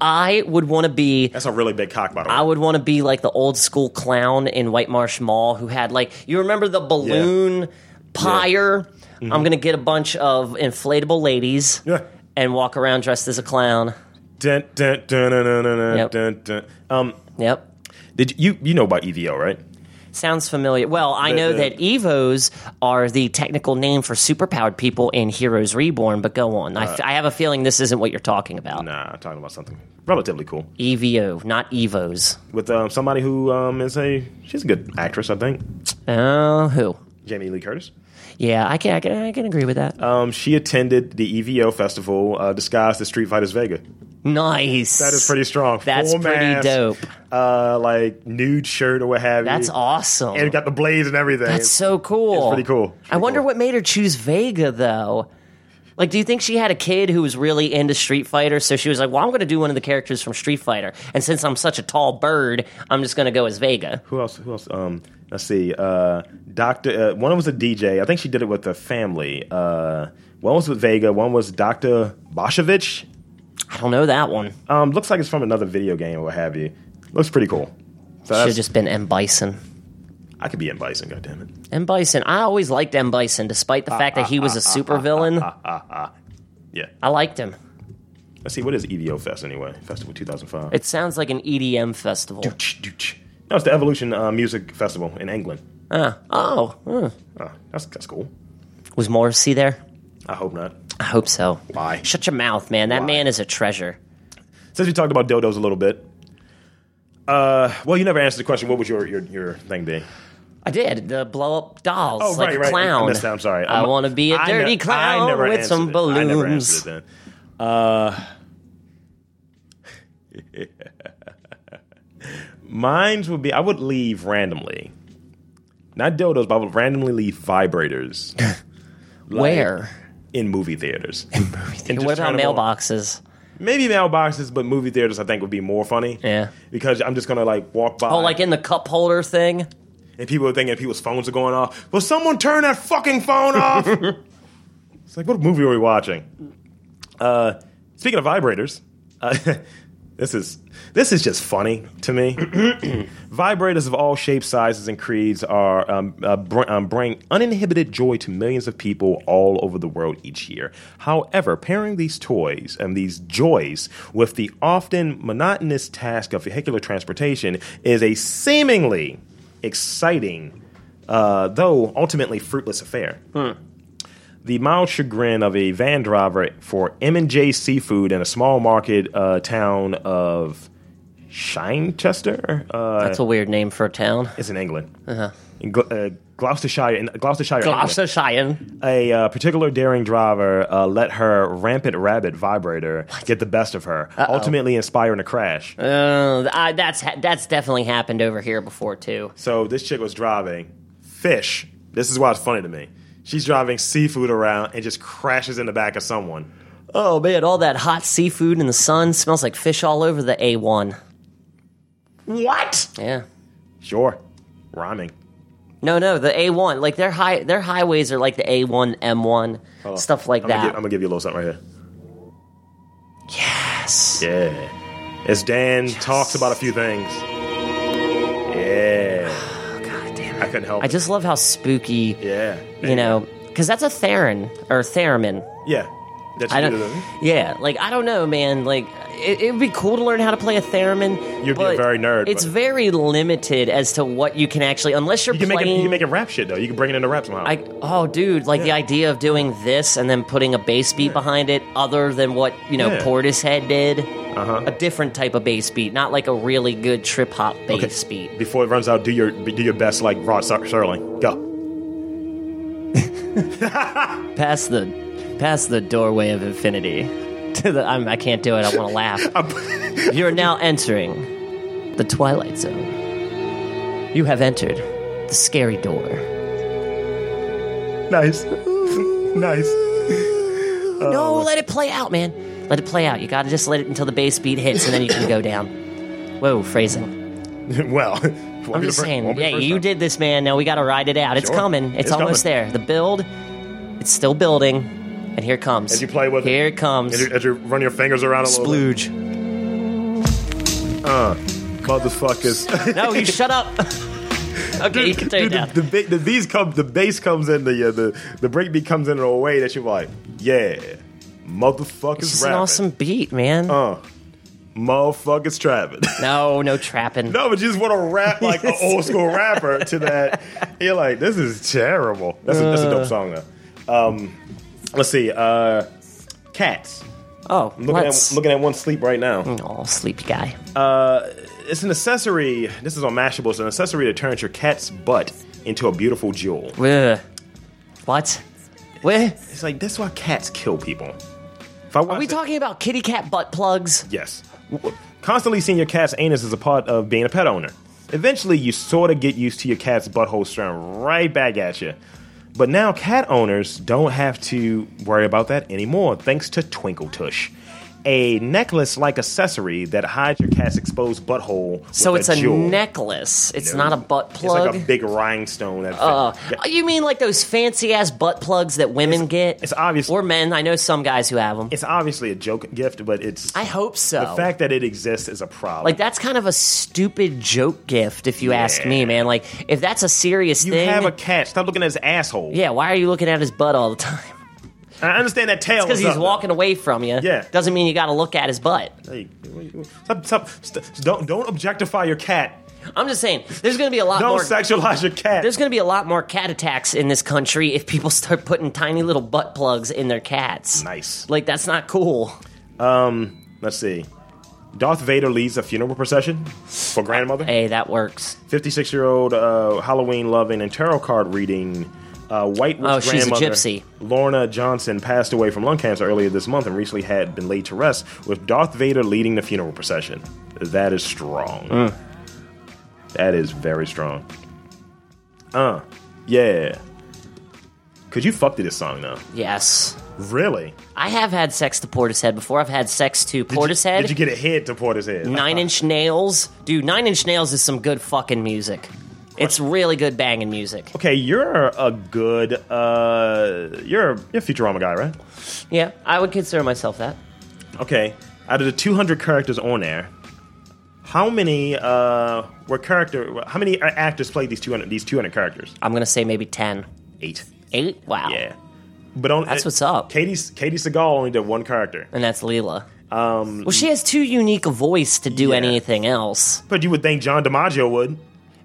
A: I would want to be.
C: That's a really big cock, by the way.
A: I would want to be like the old school clown in White Marsh Mall who had like you remember the balloon pyre. I'm gonna get a bunch of inflatable ladies
C: Yeah.
A: and walk around dressed as a clown.
C: Dun, dun, dun, dun, dun, dun,
A: Yep.
C: dun, dun. Um,
A: Yep.
C: did you you know about EVO, right?
A: Sounds familiar. Well, I
C: The-
A: know
C: the-
A: that EVOs are the technical name for superpowered people in Heroes Reborn, but go on. I f I I have a feeling this isn't what you're talking about.
C: Nah, I'm talking about something relatively cool
A: EVO, not EVOs.
C: with um, somebody who um, is a she's a good actress, I think.
A: Oh, who?
C: Jamie Lee Curtis.
A: Yeah, I can, I can, I can agree with that.
C: E Um, she attended the EVO festival uh, disguised as Street Fighters Vega.
A: Nice.
C: That is pretty strong.
A: That's
C: Full
A: pretty
C: mask,
A: dope.
C: Uh, like nude shirt or what have
A: That's
C: you.
A: awesome.
C: And it got the blaze and everything.
A: That's so cool.
C: It's pretty cool.
A: I
C: It's pretty
A: wonder
C: cool.
A: what made her choose Vega though. Like, do you think she had a kid who was really into Street Fighter? So she was like, "Well, I'm going to do one of the characters from Street Fighter, and since I'm such a tall bird, I'm just going to go as Vega."
C: Who else? Who else? Um, let's see. Uh, Doctor. Uh, one was a DJ. I think she did it with the family. Uh, one was with Vega. One was Doctor Boshevich.
A: I don't know that one.
C: Um, looks like it's from another video game or what have you. Looks pretty cool. So
A: Should
C: that's,
A: have just been M Bison.
C: I could be in Bison. Goddamn it.
A: M Bison. I always liked M Bison, despite the fact that he was a supervillain.
C: Yeah.
A: I liked him.
C: Let's see. What is EVO Fest anyway? Festival 2005.
A: It sounds like an EDM festival.
C: Dooch, dooch. No, it's the Evolution uh, Music Festival in England.
A: Uh, oh, huh.
C: Oh, that's that's cool.
A: was Morrissey there?
C: I hope not.
A: I hope so.
C: Why?
A: Shut your mouth, man. That
C: Why?
A: man is a treasure.
C: Since we talked about dildos a little bit, uh, well, you never answered the question. What was your your, your thing, be?
A: I did the blow up dolls
C: Oh,
A: like
C: right,
A: a
C: right.
A: clown.
C: I missed that. I'm sorry.
A: i
C: I'm-
A: want to be a
C: I
A: dirty
C: ne- I
A: clown
C: never
A: with some
C: answered it. I never
A: balloons.
C: answered it then. Uh, mines would be. I would leave randomly, not dildos, but I would randomly leave vibrators Like,
A: Where?
C: in movie theaters. In movie theaters.
A: What about mailboxes?
C: Maybe mailboxes, but movie theaters I think would be more funny.
A: Yeah.
C: because I'm just gonna like walk by.
A: Oh, like in the cup holder thing.
C: and people are thinking people's phones are going off. Will someone turn that fucking phone off? it's like, what movie are we watching? Uh, speaking of vibrators, uh, this is this is just funny to me. vibrators of all shapes, sizes, and creeds are um, uh, br- um, bring uninhibited joy to millions of people all over the world each year. However, pairing these toys and these joys with the often monotonous task of vehicular transportation is a seemingly exciting, uh, though ultimately fruitless affair. The mild chagrin of a van driver for M&J Seafood in a small market uh, town of Shinchester uh,
A: That's a weird name for a town.
C: is in England.
A: Uh-huh.
C: In Gl- uh, Gloucestershire, in Gloucestershire, England.
A: Gloucestershire.
C: a uh, particular daring driver uh, let her rampant rabbit vibrator get the best of her, ultimately inspiring a crash.
A: Uh, I, that's ha- that's definitely happened over here before too.
C: So this chick was driving fish. This is why it's funny to me. She's driving seafood around and just crashes in the back of someone.
A: Oh man, all that hot seafood in the sun smells like fish all over the A one.
C: What?
A: Yeah.
C: Sure, rhyming.
A: No, no, the A one. Like their high their highways are like the A one, M one, stuff like
C: Oh, I'm
A: that.
C: Gonna give, I'm gonna give you a little something right
A: yes.
C: here. Yeah. As Dan talks about a few things. Yeah.
A: God damn it.
C: I couldn't help.
A: I
C: it.
A: just love how spooky,
C: Yeah.
A: you know, because that's a theron or theremin.
C: Yeah. That's
A: I
C: you
A: don't, yeah, like I don't know, man. Like it, it would be cool to learn how to play a theremin.
C: You'd be a
A: but
C: very nerd,
A: It's
C: but-
A: very limited as to what you can actually, unless you're
C: You can make it.
A: playing.
C: You can make it rap shit though. You can bring it into rap somehow.
A: I, oh, dude! Like the idea of doing this and then putting a bass beat behind it, other than what you know
C: Yeah.
A: Portishead did,
C: Uh-huh.
A: a different type of bass beat, not like a really good trip hop bass beat.
C: Before it runs out, do your do your best like Rod Ser- Serling. Go.
A: past the past the doorway of infinity to the I'm, I can't do it. I want to laugh. You're now entering the twilight zone. You have entered the scary door.
C: Nice. nice. Oh.
A: no, let it play out, man. Let it play out. You got to just let it until the bass beat hits, and then you can go down. Whoa, phrasing.
C: well,
A: I'm just saying. Yeah, you did this, man. Now we got to ride it out. It's
C: Sure.
A: coming. It's,
C: It's
A: almost
C: coming.
A: there. The build, it's still building, and here it comes.
C: As you play with it.
A: here it comes.
C: As you, as you run your fingers around a little bit.
A: Splooge.
C: motherfuckers.
A: No, you shut up. okay, you can turn it
C: Dude,
A: down.
C: the, the, big- the these come the bass comes in the uh, the the breakbeat comes in in a way that you're like, yeah, motherfuckers
A: It's an
C: rapping,
A: awesome beat, man.
C: uh, motherfuckers trapping.
A: no, no trapping.
C: no, but you just want to rap like an
A: Yes.
C: old school rapper to that. You're like, this is terrible. That's a, that's
A: Uh.
C: a dope song though. Um, let's see, uh, cats.
A: Oh,
C: I'm looking
A: let's.
C: at looking at one sleep right now.
A: oh, sleepy guy.
C: It's an accessory. This is on Mashable. It's an accessory that turns your cat's butt into a beautiful jewel.
A: Ugh. What? What?
C: It's like that's why cats kill people. If I
A: Are
C: watch
A: we
C: it-
A: talking about kitty cat butt plugs?
C: Yes. Constantly seeing your cat's anus is a part of being a pet owner. Eventually, you sort of get used to your cat's butthole staring right back at you. But now, cat owners don't have to worry about that anymore, thanks to Twinkle Tush, a necklace like accessory that hides your cat's exposed butthole. with
A: So it's a
C: jewel.
A: necklace. It's not a butt
C: It's
A: plug.
C: like a big rhinestone. That
A: Oh, you mean like those fancy ass butt plugs that women get?
C: it's obvious-
A: Or men. I know some guys who have them.
C: it's obviously a joke gift, but it's
A: I hope so.
C: the fact that it exists is a problem.
A: like that's kind of a stupid joke gift, if you ask me,
C: Yeah.
A: man. Like if that's a serious
C: you
A: thing,
C: have a cat. Stop looking at his asshole.
A: yeah. Why are you looking at his butt all the time?
C: I understand that tail.
A: Because
C: is
A: he's
C: up.
A: walking away from you.
C: Yeah.
A: Doesn't mean you got to look at his butt.
C: Hey, stop, stop, st- don't don't objectify your cat.
A: I'm just saying, there's going to be a lot
C: Don't
A: more.
C: sexualize your cat.
A: there's going to be a lot more cat attacks in this country if people start putting tiny little butt plugs in their cats.
C: nice.
A: Like that's not cool.
C: Let's see. Darth Vader leads a funeral procession for grandmother.
A: Hey, that works.
C: 56 year old uh, Halloween loving and tarot card reading uh, White
A: Oh, she's a
C: grandmother,
A: gypsy.
C: Lorna Johnson, passed away from lung cancer earlier this month and recently had been laid to rest, with Darth Vader leading the funeral procession. That is strong. That is very strong. Uh, yeah. Could you fuck to this song though?
A: Yes.
C: Really?
A: I have had sex to Portishead before. I've had sex to
C: Did you-
A: Portishead.
C: Did you get a head to Portishead?
A: Nine Inch Nails. Dude, Nine Inch Nails is some good fucking music. It's really good banging music.
C: Okay, you're a good uh you're a, you're a Futurama guy, right?
A: Yeah, I would consider myself that.
C: Okay, out of the 200 characters on there, how many uh were character how many a- actors played these 200 these 200 characters?
A: I'm going to say maybe 10.
C: 8.
A: Eight? Wow.
C: Yeah. But on
A: That's what's up.
C: Katie's Katie Seagal only did one character.
A: And that's Leela. Um, well, she has too unique a voice to do
C: Yeah.
A: anything else.
C: But you would think John DiMaggio would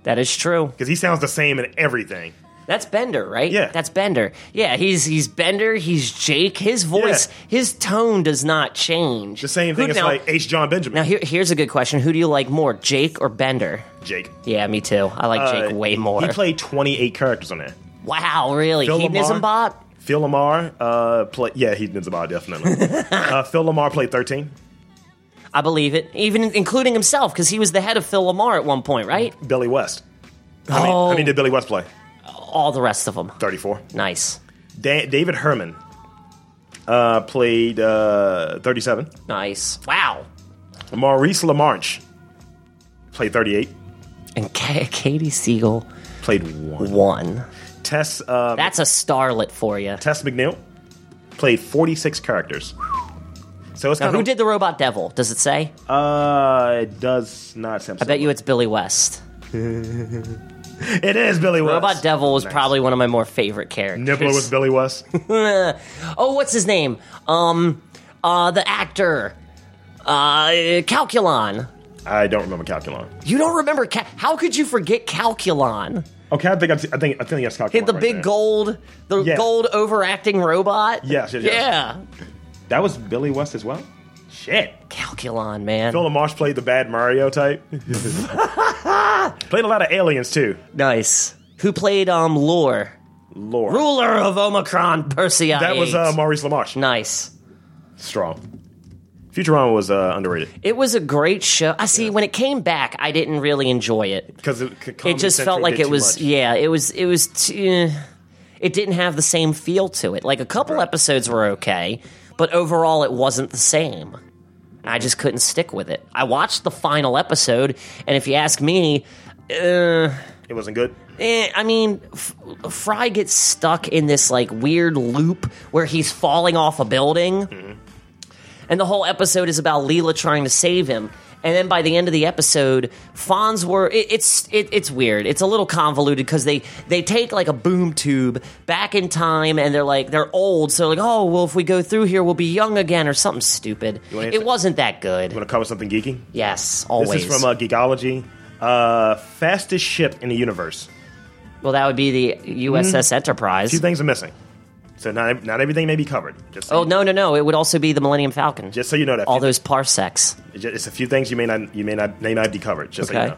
A: That is true.
C: cuz he sounds the same in everything.
A: That's Bender, right?
C: Yeah.
A: That's Bender. Yeah, he's he's Bender, he's Jake. His voice, his tone does not change.
C: The same
A: Who
C: thing as
A: now-
C: like H John Benjamin.
A: Now here, here's a good question. Who do you like more, Jake or Bender?
C: Jake.
A: Yeah, me too. I like Jake
C: Uh,
A: way more.
C: He played 28 characters on there.
A: wow, really?
C: Phil
A: He
C: Lamar.
A: Nizimbot?
C: Phil Lamar, uh, play, yeah, he Nizimbot definitely. uh, Phil Lamar played thirteen.
A: I believe it. Even including himself, because he was the head of Phil Lamar at one point, right?
C: Billy West. How many, how
A: Oh.
C: many did Billy West play?
A: All the rest of them.
C: Thirty-four.
A: Nice.
C: Da- David Herman uh, played uh, thirty-seven.
A: Nice. Wow.
C: Maurice LaMarche played thirty-eight.
A: And Ka- Katie Siegel
C: Played one.
A: won.
C: Tess uh,
A: That's a starlet for you.
C: Tess McNeil played forty-six characters. So it's
A: Now,
C: kind
A: who
C: of
A: did the robot devil? Does it say?
C: Uh, it does not. Sound
A: I bet you it's Billy West.
C: It is Billy West.
A: Robot Devil was
C: Nice.
A: probably one of my more favorite characters.
C: Nibbler was Billy West.
A: Oh, what's his name? Um, uh, the actor, uh, Calculon.
C: I don't remember Calculon.
A: You don't remember? Ca- How could you forget Calculon?
C: Okay, I think I think I think that's Calculon.
A: Hit the
C: right
A: big
C: there.
A: gold, the
C: Yeah.
A: gold overacting robot.
C: Yes, yes, yes.
A: yeah.
C: That was Billy West as well. Shit.
A: Calculon, man.
C: Phil Marsh played the bad Mario type. played a lot of aliens too.
A: Nice. Who played um Lore,
C: Lord.
A: ruler of Omicron Persei?
C: That was uh, Maurice LaMarche.
A: nice.
C: Strong. Futurama was uh, underrated
A: It was a great show. I see. When it came back, I didn't really enjoy it.
C: because it, c-
A: it
C: Comedy
A: just
C: Central
A: felt like
C: did
A: it
C: too
A: was
C: much.
A: yeah it was it was t- eh, it didn't have the same feel to it like a couple episodes were okay but overall it wasn't the same i just couldn't stick with it i watched the final episode and if you ask me uh,
C: It wasn't good.
A: eh, I mean, F- Fry gets stuck in this like weird loop where he's falling off a building,
C: Mm-hmm.
A: and the whole episode is about Leela trying to save him. And then by the end of the episode, Fonz were it, it's it, it's weird. It's a little convoluted because they they take like a boom tube back in time, and they're like they're old, so like oh well, if we go through here, we'll be young again or something stupid.
C: wanna
A: It
C: answer-
A: wasn't that good.
C: You want to cover something geeky?
A: yes,
C: This
A: always.
C: is from uh, Geekology. Uh, fastest ship in the universe.
A: well, that would be the USS
C: Mm-hmm.
A: Enterprise.
C: Two things are missing, so not not everything may be covered. Just so
A: Oh
C: you-
A: no no no! It would also be the Millennium Falcon.
C: Just so you know that
A: all those parsecs.
C: It's ju- it's a few things you may not you may not may not be covered. Just
A: Okay.
C: so you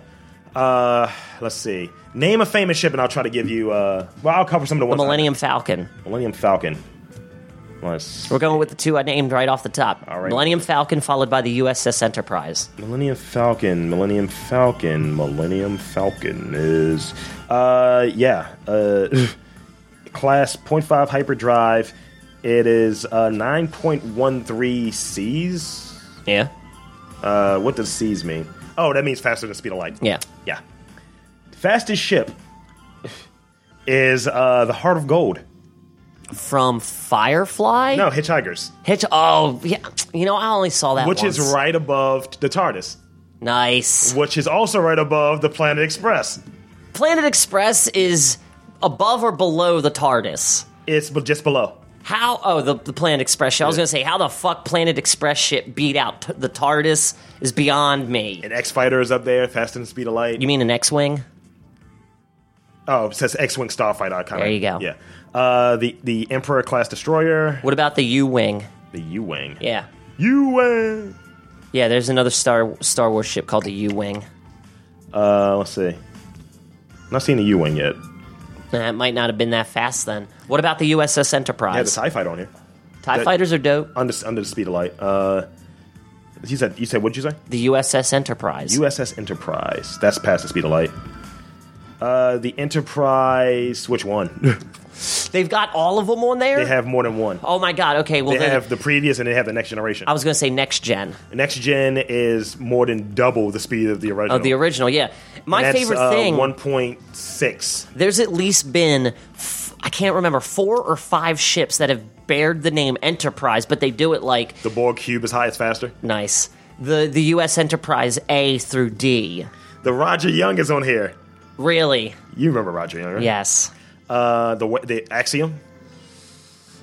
C: know. Uh, let's see. Name a famous ship, and I'll try to give you. Uh, well, I'll cover some of the
A: The
C: ones. I-
A: Millennium Falcon.
C: Millennium Falcon. Let's
A: We're going with the two I named right off the top.
C: All right.
A: Millennium Falcon followed by the USS Enterprise.
C: Millennium Falcon, Millennium Falcon, Millennium Falcon is, uh, yeah, uh, class 0.5 hyperdrive. It is uh, 9.13 Cs.
A: Yeah.
C: Uh, what does Cs mean? Oh, that means faster than the speed of light.
A: Yeah.
C: Yeah. Fastest ship is uh, the Heart of Gold.
A: From Firefly?
C: No, Hitchhikers,
A: Hitch. Oh, yeah. You know, I only saw that
C: which is
A: once.
C: right above the TARDIS,
A: Nice.
C: which is also right above the Planet Express.
A: Planet Express is above or below the TARDIS.
C: It's be- just below.
A: How? Oh, the, the Planet Express ship. I was going to say, how the fuck Planet Express ship beat out t- the TARDIS is beyond me.
C: An X Fighter is up there, faster than the speed of light.
A: You mean an X Wing?
C: oh, it says X Wing Starfighter icon.
A: There you go.
C: Yeah. Uh, the the Emperor class destroyer,
A: What about the U Wing?
C: the U Wing.
A: Yeah.
C: U Wing.
A: Yeah, there's another Star Star Wars ship called the U Wing.
C: Uh, let's see. Not seen the U Wing yet.
A: That might not have been that fast then. What about the USS
C: I had the
A: Enterprise?
C: Tie Fighter on here,
A: TIE
C: that-
A: fighters are dope.
C: under under the speed of light. Uh, you said you said what'd you say?
A: The USS Enterprise.
C: USS Enterprise. That's past the speed of light. Uh, the Enterprise. Which one?
A: They've got all of them on there?
C: they have more than one.
A: oh my god, okay, well
C: They
A: then
C: have the previous and they have the next generation.
A: I was going to say next gen.
C: Next gen is more than double the speed of the original.
A: Oh, the original, yeah. My
C: That's,
A: favorite
C: uh,
A: thing,
C: 1.6.
A: there's at least been, f- I can't remember, four or five ships that have bared the name Enterprise, but they do it like,
C: The Borg cube is high. It's faster.
A: nice. The, the US Enterprise A through D.
C: The Roger Young is on here.
A: Really?
C: You remember Roger Young? Right?
A: Yes.
C: Uh, the wa- the Axiom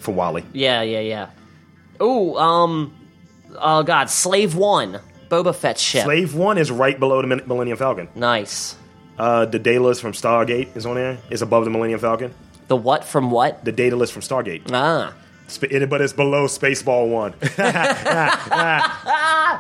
C: for Wally.
A: Yeah, yeah, yeah. Ooh, um, oh god, Slave One, Boba Fett's ship.
C: Slave One is right below the Min- Millennium Falcon.
A: nice.
C: Uh, the Daedalus from Stargate is on there. It's above the Millennium Falcon.
A: The what from what?
C: The Daedalus from Stargate.
A: Ah,
C: Sp- it- but it's below Spaceball One.
A: S- uh,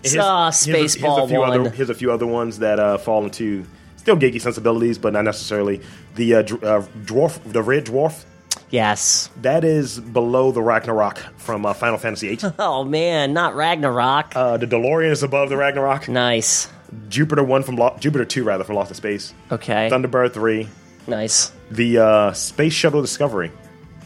C: here's a- here's a
A: Spaceball
C: few
A: One.
C: Other, here's a few other ones that uh, fall into still geeky sensibilities, but not necessarily. The uh, dr- uh, dwarf, the red dwarf,
A: yes.
C: that is below the Ragnarok from uh, Final Fantasy VIII.
A: Oh man, not Ragnarok.
C: Uh, the DeLorean is above the Ragnarok.
A: nice.
C: Jupiter one from Lo- Jupiter two rather from Lost in Space.
A: Okay.
C: Thunderbird three.
A: nice.
C: The uh, space shuttle Discovery.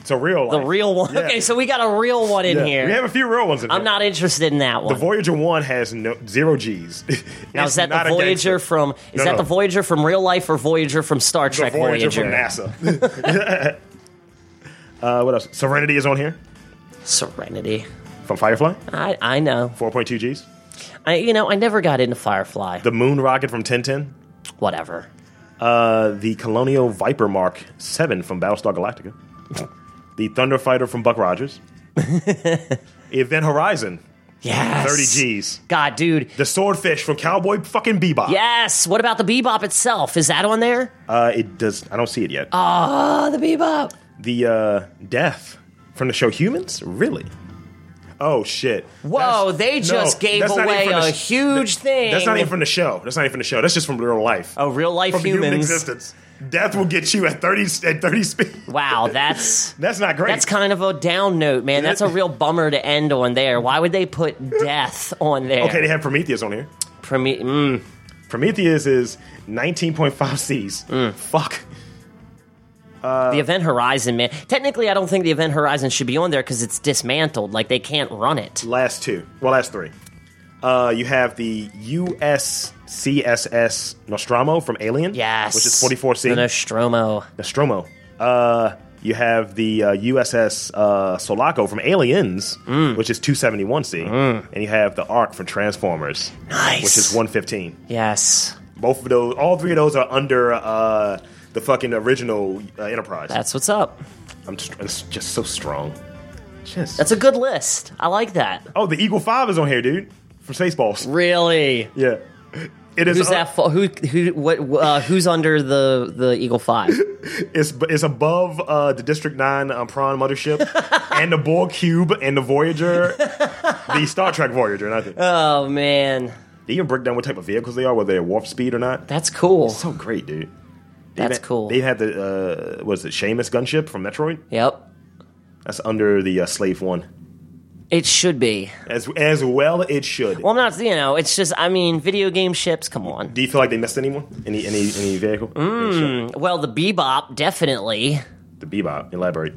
C: It's a real.
A: The
C: life.
A: real one.
C: Yeah.
A: Okay, so we got a real one in
C: Yeah.
A: here.
C: We have a few real ones in
A: I'm
C: here.
A: not interested in that
C: The
A: one.
C: Voyager one has no zero G's.
A: now is that the Voyager from? Is
C: No,
A: that
C: no.
A: the Voyager from real life or Voyager from Star
C: the
A: Trek?
C: Voyager, from NASA? uh, what else? Serenity is on here
A: Serenity.
C: from Firefly.
A: I I know.
C: Four point two G's.
A: I you know I never got into Firefly.
C: The Moon Rocket from Ten Ten.
A: Whatever.
C: Uh, the Colonial Viper Mark Seven from Battlestar Galactica. the Thunder Fighter from Buck Rogers. Event Horizon
A: Yes.
C: 30 G's.
A: God, dude.
C: The swordfish from Cowboy fucking Bebop.
A: Yes. What about the Bebop itself? Is that on there?
C: Uh, it does. I don't see it yet.
A: Ah, the Bebop.
C: the uh, death from the show Humans. Really? Oh shit!
A: Whoa, they just gave
C: that's not even
A: away
C: from the
A: a
C: sh-
A: huge thing.
C: That's not even from the show. That's not even from the show. That's just from real life.
A: Oh, real life
C: from human
A: humans.
C: existence. Death will get you at thirty at thirty speed.
A: Wow, that's
C: That's not great.
A: that's kind of a down note, man. That's a real bummer to end on there. Why would they put death on there?
C: okay, they have Prometheus on here.
A: Prome- mm,
C: Prometheus is nineteen point five C's.
A: Mm.
C: Fuck. Uh,
A: the Event Horizon, man. Technically, I don't think the Event Horizon should be on there because it's dismantled. Like they can't run it.
C: Last two. Well, last three. Uh, you have the USCSS Nostromo from Alien.
A: Yes,
C: Which is 44C.
A: The Nostromo.
C: Nostromo. Uh, you have the uh, USS uh, Sulaco from Aliens,
A: Mm.
C: which is 271C. And you have the ARC from Transformers,
A: Nice.
C: which is 115.
A: Yes.
C: Both of those, all three of those are under uh, the fucking original uh, Enterprise.
A: That's what's up.
C: I'm just, it's just so strong. Just.
A: That's a good list. I like that.
C: oh, the Eagle 5 is on here, dude, from Spaceballs.
A: Really?
C: Yeah. It is
A: Who's
C: uh,
A: that? Fo- who? Who? What? Uh, who's under the the Eagle Five?
C: It's it's above uh, the District Nine um, prawn mothership and the Borg cube and the Voyager, the Star Trek Voyager. Nothing.
A: Oh man,
C: they even break down what type of vehicles they are, whether they're warp speed or not.
A: that's cool.
C: so great, dude. They
A: That's
C: even-
A: cool.
C: They had the uh, was it Seamus gunship from Metroid?
A: Yep.
C: That's under the uh, slave one.
A: It should be.
C: As as well, it should.
A: Well, I'm not. You know, it's just. I mean, video game ships. Come on.
C: Do you feel like they missed anyone? Any any any vehicle?
A: Mm.
C: Any ship?
A: Well, the Bebop definitely
C: The Bebop. Elaborate.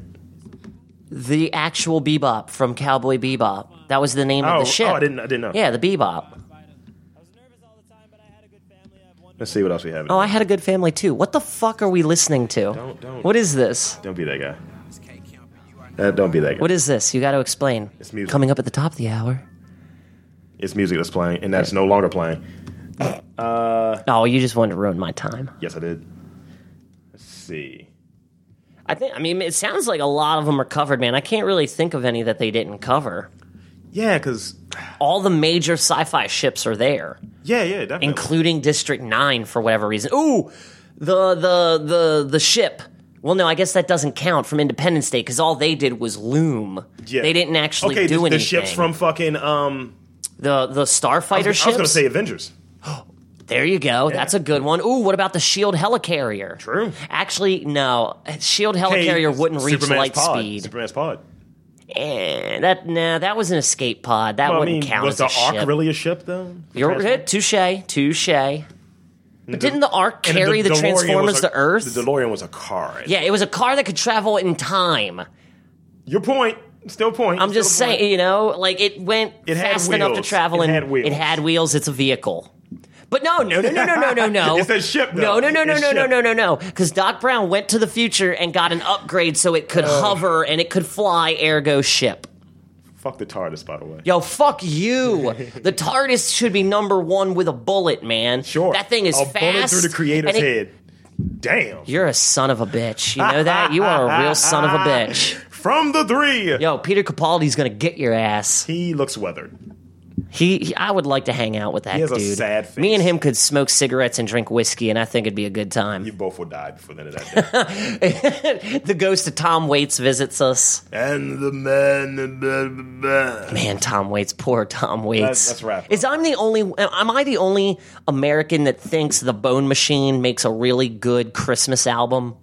A: the actual Bebop from Cowboy Bebop. That was the name
C: Oh,
A: of the ship.
C: oh, I didn't I didn't know.
A: Yeah, the Bebop.
C: Let's see what else we have.
A: Oh, I had a good family too. What the fuck are we listening to?
C: Don't- don't.
A: What is this?
C: Don't be that guy. Uh, don't be that guy.
A: What is this? You got to explain.
C: It's music.
A: Coming up at the top of the hour.
C: It's music that's playing, and that's no longer playing.
A: Oh, you just wanted to ruin my time.
C: Yes, I did. Let's see.
A: I think. I mean, it sounds like a lot of them are covered, man. I can't really think of any that they didn't cover.
C: Yeah, because
A: All the major sci-fi ships are there.
C: yeah, yeah, definitely.
A: including District Nine for whatever reason. Ooh, the the the the ship. Well, no, I guess that doesn't count from Independence Day because all they did was loom.
C: yeah.
A: They didn't actually
C: okay,
A: do
C: the,
A: anything.
C: the ships from fucking um.
A: the the
C: I
A: starfighter
C: was, I was
A: ships.
C: gonna say Avengers.
A: there you go. That's a good one. Ooh, what about the Shield E helicarrier?
C: True.
A: Actually, no. Shield
C: Hey,
A: E helicarrier wouldn't reach
C: Superman's
A: light
C: pod.
A: speed.
C: Superman's pod.
A: Eh, that nah, that was an escape pod. That
C: Well, I
A: wouldn't
C: mean,
A: count
C: was
A: as
C: the
A: a
C: Ark
A: ship.
C: really a ship though?
A: You're
C: Superman's
A: eh, touche, touche. But didn't the Ark
C: And
A: carry the,
C: DeLorean was
A: Transformers
C: a-
A: to Earth?
C: The DeLorean was a car.
A: Yeah, it was a car that could travel in time.
C: Your point. Still point.
A: I'm just
C: Still a point.
A: saying, you know, like it went
C: It had
A: fast enough to
C: wheels.
A: travel
C: It
A: and
C: had wheels.
A: it had wheels. It's a vehicle. But no, no, no, no, no, no, no, no.
C: It's a ship,
A: No,
C: though.
A: no, no, no,
C: It's
A: no, no,
C: ship.
A: no, no, no. Because Doc Brown went to the future and got an upgrade so it could hover and it could fly, ergo ship.
C: Fuck the TARDIS, by the way.
A: Yo, fuck you. the TARDIS should be number one with a bullet, man.
C: Sure.
A: That thing is
C: a
A: fast.
C: bullet through the creator's
A: and it-
C: head. Damn.
A: You're a son of a bitch. You know that? You are a real son of a bitch.
C: From the three.
A: Yo, Peter Capaldi's gonna get your ass.
C: He looks weathered.
A: He, he- I would like to hang out with that
C: has a
A: dude.
C: sad face.
A: Me and him could smoke cigarettes and drink whiskey, and I think it'd be a good time.
C: You both will die before the end of that day.
A: the ghost of Tom Waits visits us.
C: and the man. Blah, blah, blah.
A: Man, Tom Waits, poor Tom Waits.
C: That's- that's wrap.
A: Is I'm the only? Am I the only American that thinks the Bone Machine makes a really good Christmas album?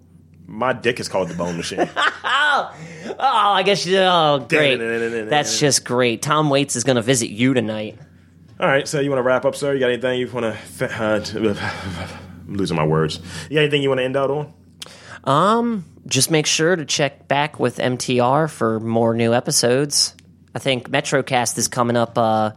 C: My dick is called the Bone Machine.
A: Oh, I guess you. Oh, great. That's just great. Tom Waits is going to visit you tonight.
C: All right, so you want to wrap up, sir? You got anything you want to? Uh, t- I'm losing my words. You got anything you want to end out on?
A: just make sure to check back with MTR for more new episodes. I think Metrocast is coming up. Uh,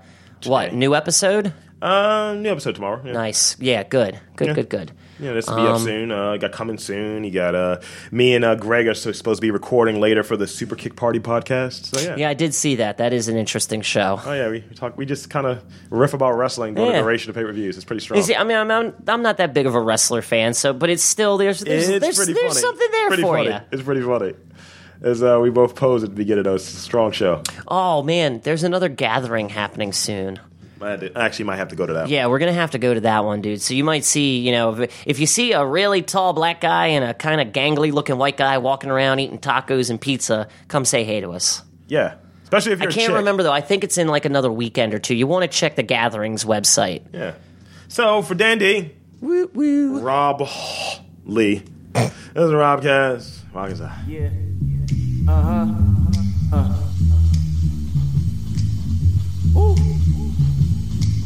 A: what
C: Today.
A: new episode?
C: Uh, new episode tomorrow. Yeah.
A: Nice. Um, Yeah. Good. Good. Good. Good.
C: Yeah, this will be up soon. Uh, got coming soon. You got uh, me and uh, Greg are so- supposed to be recording later for the Super Kick Party podcast. So yeah,
A: Yeah, I did see that. That is an interesting show.
C: Oh yeah, we, we talk. We just kind of riff about wrestling during
A: Yeah.
C: the duration of pay per views. It's pretty strong.
A: Is it, I mean, I'm, I'm I'm not that big of a wrestler fan, so but it's still there's there's
C: it's
A: there's,
C: pretty
A: there's
C: funny.
A: something there
C: pretty
A: for
C: funny.
A: you.
C: It's pretty funny. As uh, we both posed at the beginning, of it was a strong show.
A: Oh man, there's another gathering happening soon.
C: I, had to- I actually might have to go to that.
A: Yeah, we're gonna have to go to that one, dude. So you might see, you know, if, if you see a really tall black guy and a kind of gangly looking white guy walking around eating tacos and pizza, come say hey to us.
C: yeah. Especially if you're
A: I
C: a
A: can't
C: chick.
A: remember though. I think it's in like another weekend or two. You want to check the gatherings website.
C: Yeah. So for Dandy,
A: Woo woo.
C: Rob Lee. this is Rob Cass. Rock is out.
B: Yeah. Uh huh. Uh-huh. Uh. Ooh.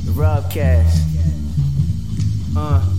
B: The Robcast. Uh.